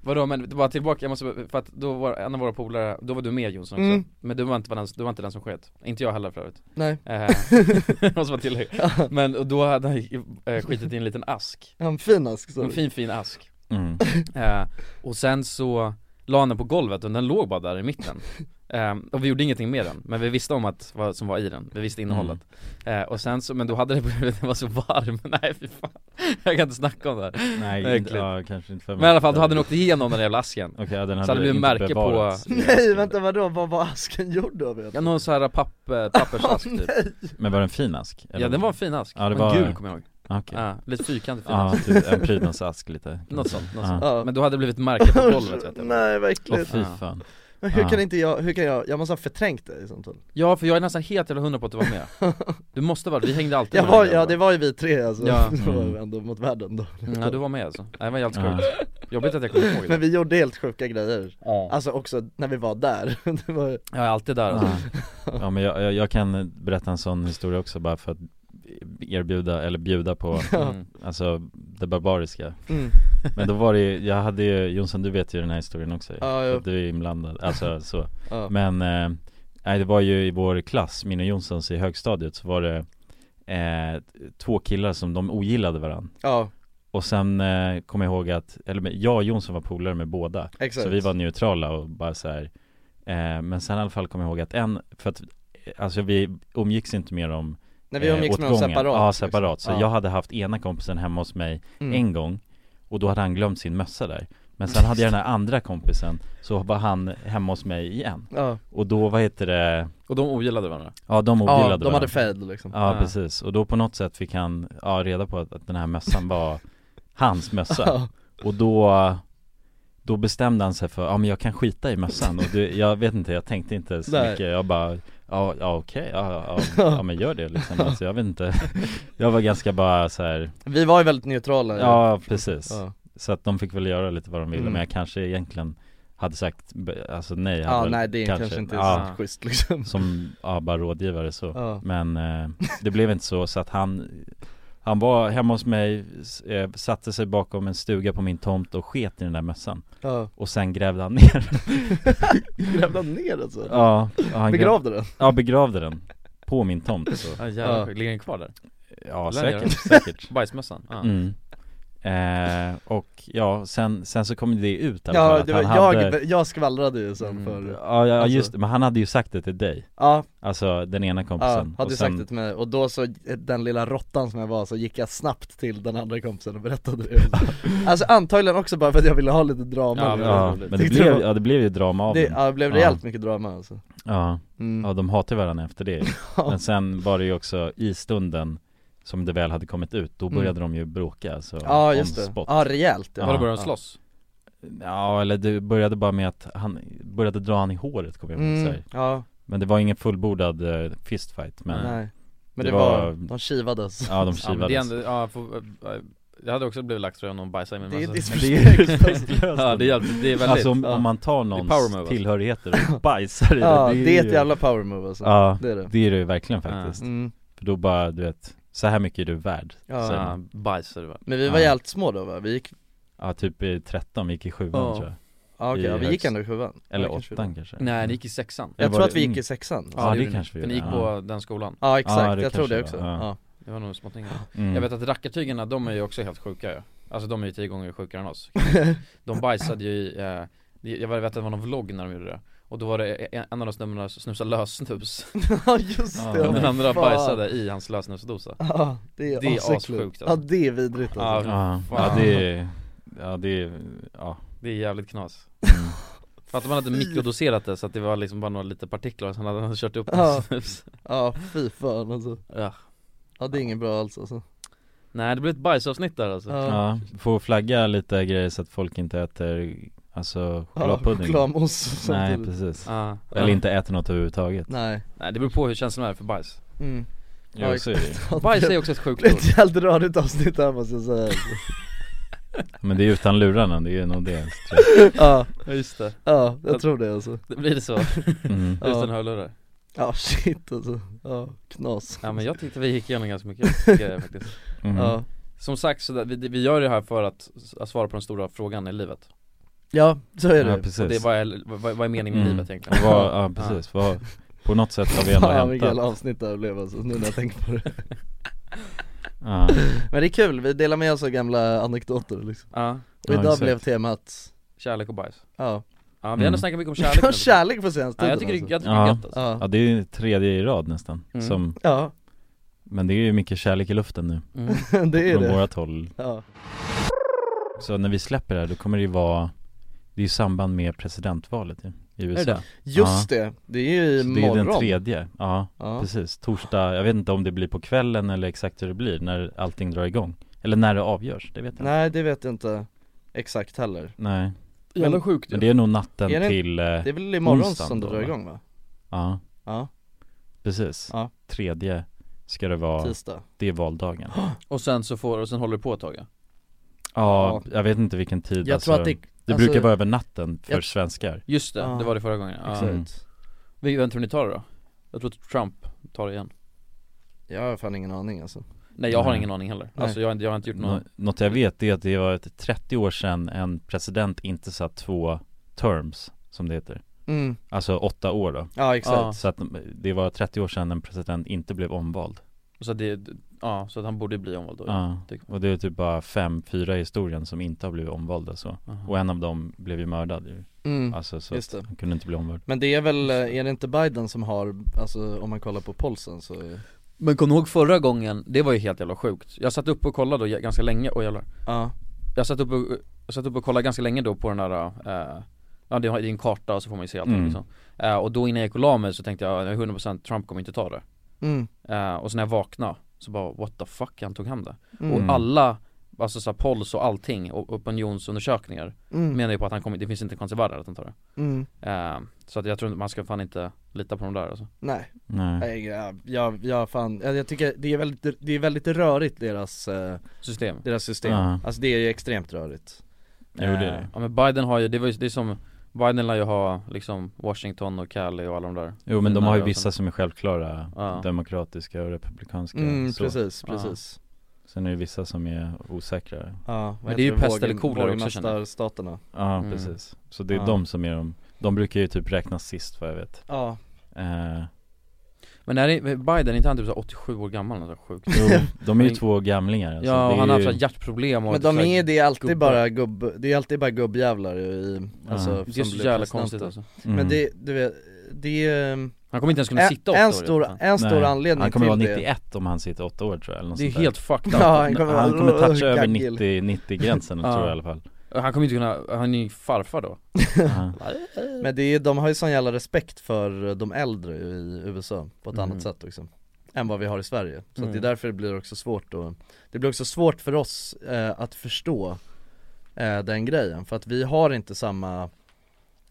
Vadå men bara tillbaka, jag måste, för att då var en av våra polare, då var du med Jonsson också
Mm.
Men du var inte den, du var inte den som sket, inte jag heller för övrigt
Nej,
eh, Måste vara tillägg Men och då hade han ju, eh, skitit i en liten ask,
en fin ask så
en fin fin ask
mm.
eh, Och sen så la han den på golvet och den låg bara där i mitten eh, Och vi gjorde ingenting med den, men vi visste om att, vad som var i den, vi visste innehållet
Mm.
eh, Och sen så, men då hade det blivit, den var så varm, nej fy fan Jag kan inte snacka om det här
Mm. Nej,
Äckligt.
inte, ja, kanske inte för
Men i alla fall, då hade den åkt igenom den jävla asken
Okej, ja, den hade
Så hade det blivit
inte
märke på-
bevarats.
Nej vänta vadå, vad var asken gjord av
Ja,
egentligen?
någon sån här papp, pappersask
Åh,
typ
nej.
Men var det en fin ask? eller?
Ja den var en fin ask,
Ja, det
en
var-
gul kommer jag ihåg
Ah, Okej
ja, Lite fyrkantig fin
Ja,
ask
typ en prydnadsask lite Mm.
Något sånt, något
Ja.
sånt
Ja.
Men då hade det blivit märke på golvet vet jag
Nej vad
Åh
äckligt
fy
Ja.
fan
Men hur
Ah.
kan inte jag, hur kan jag, jag måste ha förträngt det i sånt fall
Ja för jag är nästan helt jävla hundra på att du var med Du måste vara vi hängde alltid
jag
med
var,
varandra.
Ja det var ju vi tre alltså,
Ja.
det var ju
Mm.
ändå mot världen då
Mm, Ja du var med alltså, Nej, det var helt
Ja.
sjukt Jobbigt att jag kommer ihåg
Men
det
vi gjorde helt sjuka grejer, alltså också när vi var där, det var ju
Jag är alltid där alltså.
Ja men jag, jag, jag kan berätta en sån historia också bara för att erbjuda, eller bjuda på,
Ja.
Mm.
alltså det barbariska
Mm.
Men då var det ju- jag hade ju, Jonsson du vet ju den här historien också ju.
Ja, ja.
För att Du är inblandad, alltså så
Ja.
Men, eh, nej det var ju i vår klass, min och Jonssons i högstadiet så var det eh, två killar som de ogillade varandra
Ja.
Och sen eh, kom jag ihåg att, eller men jag och Jonsson var polare med båda
Exakt.
Så vi var neutrala och bara så här. Eh, Men sen i alla fall kom jag ihåg att en, för att eh, Alltså vi umgicks inte med dem
Nej, vi
eh,
umgicks
åt
med dem
gången.
separat,
Ja
liksom.
separat, så
Ja.
jag hade haft ena kompisen hemma hos mig
Mm.
en gång Och då hade han glömt sin mössa där Men sen hade jag den här andra kompisen Så var han hemma hos mig igen
Ja.
Och då, vad heter det
Och de ogillade varandra?
Ja de
Ja,
ogillade varandra.
de hade fejd, liksom.
Ja
Ja.
precis, och då på något sätt fick han, ja reda på att, att den här mössan var hans mössa
Ja.
Och då då bestämde han sig för, ja men jag kan skita i mössan och det, jag vet inte, jag tänkte inte så
Nej.
mycket Jag bara, ja, ja okej, ja, ja, ja, ja men gör det liksom alltså, jag vet inte Jag var ganska bara så här.
Vi var ju väldigt neutrala
Ja precis,
Ja.
så att de fick väl göra lite vad de ville
Mm.
men jag kanske egentligen hade sagt, be- alltså nej
Ja,
hade väl
Ah, nej, det är kanske inte så schysst, liksom.
Som, ja bara rådgivare så
Ja.
Men eh, det blev inte så, så att han han var hemma hos mig, s- eh, satte sig bakom en stuga på min tomt och sket i den där mössan
Ja.
Och sen grävde han ner
Grävde han ner alltså?
Ja, ja han
Begravde
gräv-
den?
Ja, begravde den På min tomt så
Ja jävlar sjukt. ligger den kvar där?
Ja
Eller är
säkert,
det-
säkert
Bajsmössan? Ja.
mm. eh, Och ja, sen, sen så kom det ut i alla fall
Ja,
att
det var,
han
jag,
hade... Mm.
jag skvallrade ju sen för
Ja, ja
alltså-
just det, men han hade ju sagt det till dig
Ja.
Alltså den ena
Ja,
kompisen
hade
Och
ju
sen-
sagt det till mig, och då så, den lilla råttan som jag var, så gick jag snabbt till den andra kompisen och berättade det Alltså antagligen också bara för att jag ville ha lite drama
Ja,
Det var
ja,
roligt.
men det
Tyckte
blev,
var-
ja, det blev ju drama av
det,
den.
Ja, det blev rejält mycket drama alltså
Ja,
Mm.
ja de hatade varandra efter det
Ja.
Men sen var det ju också i stunden som det väl hade kommit ut, då började de ju bråka alltså,
Mm. Ja,
on
just det.
spot.
Ja, rejält, ja. Var det började de slåss?
Ja eller det började bara med att han började dra han i håret kommer jag ihåg
Mm,
så här.
ja.
Men det var ingen fullbordad eh, fistfight men
Nej. Men det var- de kivades.
Ja de
Ja, men
kivades
det är ändå, ja, får- ja, jag hade också blivit lax tror jag om någon bajsade i min
Alltså, Det är
mössa.
respektlöst
Ja det är, jävligt- det är väldigt
Alltså om,
ja.
om man tar
Det är
någons
power move, alltså.
tillhörigheter och bajsar i
Ja,
det
det är
ju-
ett jävla power move, alltså.
Ja,
Det är det.
det är det ju verkligen faktiskt
Mm.
För då bara, du vet, så här mycket är du värd
Ja.
säger
Ja,
man.
bajs är du värd.
Men vi var
Ja.
jävligt små då va? Vi gick
Ja typ i 13, vi gick i sjuan
Ja.
tror jag
Ja, okej,
I
ja, vi
högst-
gick ändå i sjuan.
Eller
Ja, kanske
åttan
vi-
kanske
Nej ni gick i sexan
Jag Eller tror var att det vi gick yng- i sexan. alltså.
Ja, det kanske vi
Men ni gick
gjorde,
på
ja.
den skolan
Ja, exakt. Ja, det Jag tror kanske det också. var, ja. Ja.
Det var nog smått yngre.
Mm.
Jag vet att rackartygarna, de är ju också helt sjuka ju Alltså de är ju tio gånger sjukare än oss De bajsade ju i, eh, det- jag vet att det var någon vlogg när de gjorde det Och då var det en en av de snubbarna som snusade lössnus
Ja just det,
Och den
ja,
andra
fan.
bajsade i hans lösnusdosa
Ja, det är asäckligt. Ja, det är vidrigt, alltså.
Ja, ja
fan.
det är, ja det är, ja Mm.
Det är jävligt knas Fattar man hade mikrodoserat det så att det var liksom bara några lite partiklar och sen hade han kört upp
Ja,
hans snus
ja fy fan alltså
Ja
Ja det är inget bra alls alltså
Nej det blir ett bajsavsnitt där alltså
Ja, får flagga lite grejer så att folk inte äter, alltså chokladpudding
chokladmousse och sånt
Nej
till-
precis,
Ja.
eller inte äter något överhuvudtaget
Nej
Nej det beror på hur känslan är för bajs
Mm.
Jo, så är det ju.
Bajs är också ett sjukt
Det är
ord
ett helt rörigt avsnitt här måste jag säga alltså.
Men det är utan lurarna, det är nog det tror jag.
Ja,
Ja, just det
ja jag tror det alltså
Det blir det så?
Mm.
Utan
Ja.
hörlurar
Ja shit alltså, ja knas
Ja men jag tyckte vi gick igenom ganska mycket grejer faktiskt
Mm. Ja.
Som sagt, så där, vi, vi gör det här för att, s- att svara på den stora frågan i livet
Ja, så är det
Ja, precis.
Och det, är vad, är, vad, vad är meningen med
Mm.
livet egentligen?
Och vad, ja precis, vad, på något sätt har vi ändå
Fan vilket jävla
hämtat
avsnitt det här blev alltså, nu när jag tänker på det
ja.
Men det är kul, vi delar med oss av gamla anekdoter liksom
Ja.
Och
Ja,
idag
exakt.
blev temat
Kärlek och bajs
Ja
Ja vi har ändå
Mm.
snackat mycket om kärlek nu.
Kärlek på senaste
ja, jag
tiden,
tycker, det- jag tycker det är
Ja.
gött alltså.
ja, det är ju tredje i rad nästan
Mm.
som
Ja.
Men det är ju mycket kärlek i luften nu
Mm. Det är
Från
det.
vårat håll
Ja.
Så när vi släpper det här då kommer det ju vara Det är ju samband med presidentvalet ju, i USA
det? Just det, det är ju
Så det är ju den
imorgon.
tredje, ja,
Ja.
precis Torsdag, jag vet inte om det blir på kvällen eller exakt hur det blir när allting drar igång Eller när det avgörs, det vet jag inte
Nej det vet jag inte exakt heller
Nej
jävla sjukt
Men det är nog natten
Är det-
till eh,
det är väl imorgon
onsdagen
som det
då,
drar igång, va?
Ja
Ja.
Precis,
Ja.
tredje ska det vara
Tisdag.
Det är valdagen
Och sen så får, och sen håller det på ett tag ja.
Ja, jag vet inte vilken tid
Jag
alltså.
tror att det- alltså-
brukar vara över natten för
Jag-
svenskar
Just det,
Ja.
det var det förra gången ja.
Exakt.
Mm. Vi- Vem tror ni tar det då? Jag tror att Trump tar det igen
Jag har fan ingen aning alltså
Nej jag har
Nej.
ingen aning heller,
Nej.
alltså jag, har inte- jag har inte
Mm.
gjort någon
Nå- Något jag vet är att det var ett 30 år sedan en president inte satt två terms, som det heter
mm.
Alltså åtta år då
Ja exakt
Ja.
Så att det var 30 år sedan en president inte blev omvald
Så att det, ja så att han borde bli omvald då ja.
Ja,
tycker
och det är typ bara fem, fyra i historien som inte har blivit omvalda så
Aha.
Och en av dem blev ju mördad ju
mm.
Alltså så
Just
att
det.
han kunde inte bli omvald
Men det är väl, eh, är det inte Biden som har, alltså om man kollar på polsen så
Men kom ihåg förra gången, det var ju helt jävla sjukt Jag satt upp och kollade då ganska länge, och jävlar
Ja,
Jag satt upp och, jag satt upp och kollade ganska länge då på den där, eh, ja det har- det är en karta och så får man ju se allting
Mm.
liksom eh, Och då innan jag gick och la mig så tänkte jag, "Ja, 100% Trump kommer inte ta det
mm.
eh, Och så när jag vaknade, så bara what the fuck, han tog hem det
Mm.
Och alla, alltså så här, polls och allting, och opinionsundersökningar
Mm.
Menar ju på att han kommer, det finns inte en chans i världen att han tar det
Mm.
eh, Så att jag tror inte- man ska fan inte lita på dem där alltså
Nej,
Nej,
Nej, jag, jag, jag fan, jag, jag tycker det är väldigt, det är väldigt rörigt deras, eh,
System
deras system
Ja.
Alltså det är ju extremt rörigt
jo det är
Eh,
det
Ja men Biden har ju, det var ju, det är som Biden lär ju ha liksom Washington och Cali och alla de där
Jo men de
fina
har ju
och
vissa
sånt.
som är självklara
Ja.
demokratiska och republikanska
Mm,
så.
precis,
Ja.
precis
Sen är det vissa som är osäkrare
Ja, vad
Men det är
heter
ju pest eller
Vågen-
kolera också, känner jag.
Vågmästarstaterna
Ja
Mm.
precis, så det är
Ja.
de som är de De brukar ju typ räknas sist vad jag vet
Ja,
eh,
Men är det, Biden, är inte han typ så här 87 år gammal eller så sjukt?
jo, De är ju
Men-
två gamlingar alltså.
ja,
det
och
är
han har haft
ju...
så här hjärtproblem och
men de
så här-
är, det är alltid
gubbar.
bara gubb, det är alltid bara gubbjävlar i, alltså som
Det är så
blir
jävla
presidenter.
konstigt alltså.
mm.
Men det, du vet, det är ehm,
Han kommer inte ens kunna
en,
sitta åtta
en
år
stor,
utan.
en stor
Nej.
anledning
Han kommer vara
till
91 om han sitter åtta år tror jag eller något
Det är
sånt där.
helt fucked
det
up
Ja, han kommer
Han kommer toucha över
gaggig.
90, 90 gränsen
Ja.
tror jag i alla fall
Han kommer inte kunna, han är ju farfar då
Ja.
Men det är, de har ju sån jävla respekt för de äldre i USA på ett
Mm.
annat sätt också Än vad vi har i Sverige, så att det
Mm.
är därför det blir också svårt då Det blir också svårt för oss eh, att förstå eh, den grejen, för att vi har inte samma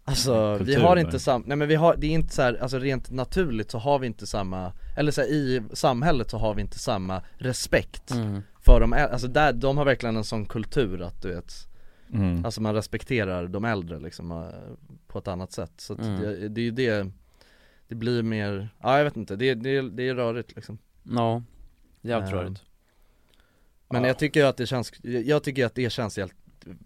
Alltså
Kultur,
vi har
nej.
inte samma, nej men vi har, det är inte så här, alltså rent naturligt så har vi inte samma Eller så här, i samhället så har vi inte samma respekt
mm.
för de äldre, alltså där, de har verkligen en sån kultur att du vet
mm.
Alltså man respekterar de äldre liksom eh, på ett annat sätt så att
Mm.
det, det är ju det Det blir mer, ja jag vet inte, det, det, det är rörigt liksom
Ja, jävligt
Ja.
rörigt
Men
Ja.
jag tycker ju att det känns, jag tycker ju att det känns helt,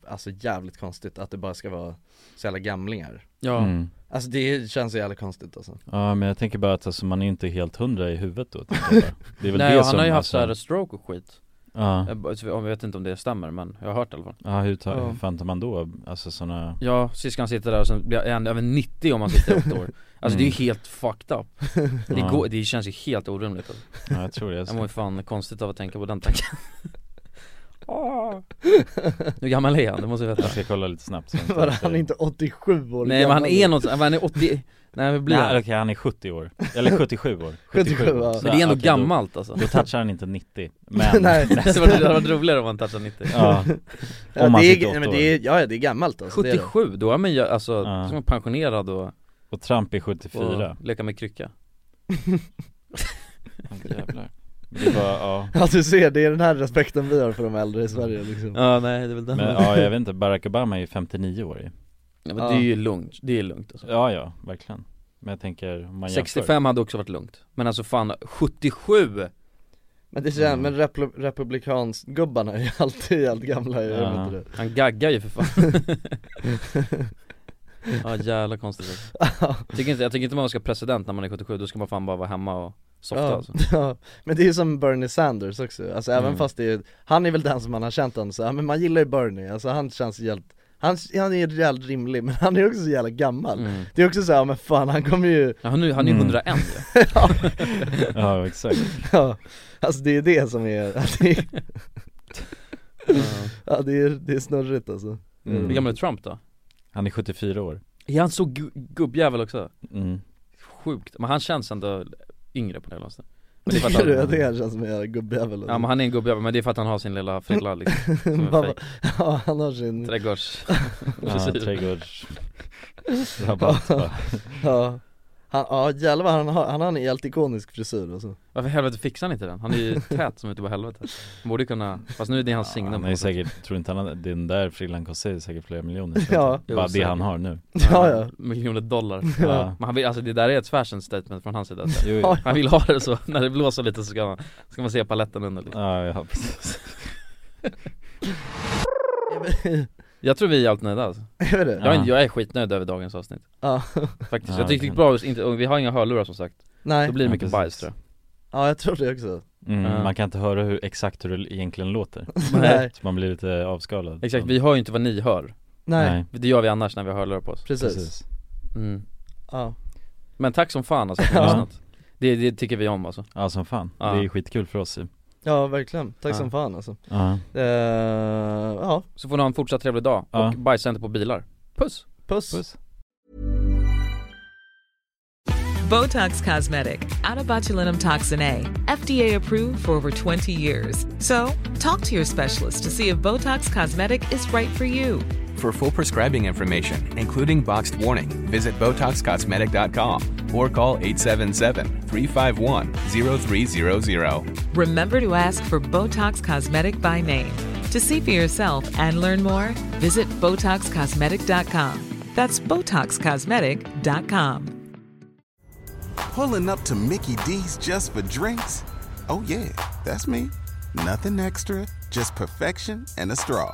alltså jävligt konstigt att det bara ska vara så jävla gamlingar
Ja,
Mm.
Alltså det känns så jävla konstigt alltså
Ja men jag tänker bara att alltså, man är inte helt hundra i huvudet då tänker jag bara. Det är väl
nej
det
och
som,
han har ju haft
alltså,
såhär stroke och skit
Ja,
Jag bara- så Jag vet inte om det stämmer men jag har hört det i alla fall
ja hur, ta,
Ja.
hur fan tar man då, alltså sådana
Ja, sist kan han sitta där och sen blir han över 90 om han sitter i åtta år Alltså det är ju helt fucked up Det,
Mm. Ja.
går, det känns ju helt orimligt alltså.
Ja jag tror det
Jag
alltså.
mår ju fan konstigt av att tänka på den tanken Ah. Hur gammal är han? Det måste jag veta
Jag ska kolla lite snabbt sen.
Var han inte 87 år
Nej men han
gammal?
är något, han är 80, nej men blir
Nej
han?
okej han är 70 år, eller 77 år
77, ja.
Så
Men det är ändå
okej, då-
gammalt alltså
Då touchar han inte 90, men
Nej.
Det var- det hade varit roligare om han touchade 90
ja,
ja,
om
det
han
är,
sitter
nej,
åtta
men
år
det är, ja ja, det är gammalt alltså det är det.
77, då är man ju alltså,
Ja.
som är pensionerad och,
och Trump är
och
74
leka med krycka
Åh, Jävlar Det var, ja
Ja du ser, det är den här respekten vi har för de äldre i Sverige liksom
Ja nej det är väl den
men ja, jag vet inte, Barack Obama är ju 59 år ju.
ja, men det är ju lugnt, det är lugnt alltså.
Ja, ja, verkligen Men jag tänker, om man jämför
65 hade också varit lugnt, men alltså fan 77!
Men det känns,
Mm.
men repl- republikansgubbarna är ju alltid helt gamla, jag
Ja.
vet inte det
Han gaggar ju för fan Ja jävla konstigt alltså. tycker inte, Jag tycker inte man ska vara president när man är 77, då ska man fan bara vara hemma och softa
Ja.
alltså.
Ja, men det är ju som Bernie Sanders också, alltså även
Mm.
fast det är, han är väl den som man har känt honom så, ja, men man gillar ju Bernie, alltså han känns helt, han, han är jävligt rimlig men han är också så jävla gammal
mm.
Det är också såhär, men fan han kommer ju,
ja, Han är han är ju
Mm.
101 ju
Ja, exakt
ja, alltså det är det som är, att det är,
Mm.
ja, det är, det är snurrigt alltså
Mm.
Hur gammal är Trump då?
Han är 74 år
Är han så gu- gubbjävel också?
mm.
Sjukt, men han känns ändå yngre på det här sättet Men det är för att han-
Tycker du att det känns mer gubbjävel? alltså.
Ja men han är en gubbjävel, men det är för att han har sin lilla frilla liksom, som en
Vad-
fake.
Ja han har sin
Trädgårds
Ja,
frisyr.
trädgårds... Rabatt bara.
Ja, han, ja jävlar vad han har, han har en helt ikonisk frisyr alltså.
Varför i helvete fixar han inte den? Han är ju tät som ute på helvete Han Borde ju kunna, fast nu är det hans signum
Han
på
är ju
något sätt.
säkert, tror inte han, har- den där frillan kostar ju säkert flera miljoner
Ja.
ja. Bara
Jo,
det
säkert.
han har nu
Ja, ja.
Miljoner dollar
Ja.
Men han vill, alltså det där är ett fashion statement från hans sida alltså.
Jo, jo.
Han vill ha det så, när det blåser lite så ska man, ska man se paletten under liksom.
Ja, ja precis
Jag tror vi är allt nöjda alltså.
Är det?
jag, är, jag är skitnöjd över dagens avsnitt
Ja,
Faktiskt, jag tycker det
Ja, verkligen.
gick bra, inte- och vi har inga hörlurar som sagt Då
nej,
blir det
Ja,
mycket bajs
precis.
tror
ja jag tror det också
mm,
Ja.
Man kan inte höra hur, exakt hur det egentligen låter
jag
Nej,
Så man blir lite avskalad
Exakt, vi hör ju inte vad ni hör
nej,
Det gör vi annars när vi har hörlurar på oss
precis.
precis
mm.
Ja.
Men tack som fan alltså, för att ni har lyssnat det, det tycker vi om alltså
Ja som fan,
Ja.
det är skitkul för oss ju.
ja, verkligen. Tack
Ja.
som fan alltså.
Ja,
Eh, ja,
Så får ni ha en fortsatt trevlig dag,
Ja.
och bajsa inte på bilar Puss!
puss.
puss
Botox Cosmetic, out of botulinum toxin A, FDA approved for over 20 years. So, talk to your specialist to see if Botox Cosmetic is right for you.
For full prescribing information, including boxed warning, visit BotoxCosmetic.com or call 877-351-0300.
Remember to ask for Botox Cosmetic by name. To see for yourself and learn more, visit BotoxCosmetic.com. That's BotoxCosmetic.com.
Pulling up to Mickey D's just for drinks? Oh, yeah, that's me. Nothing extra, just perfection and a straw.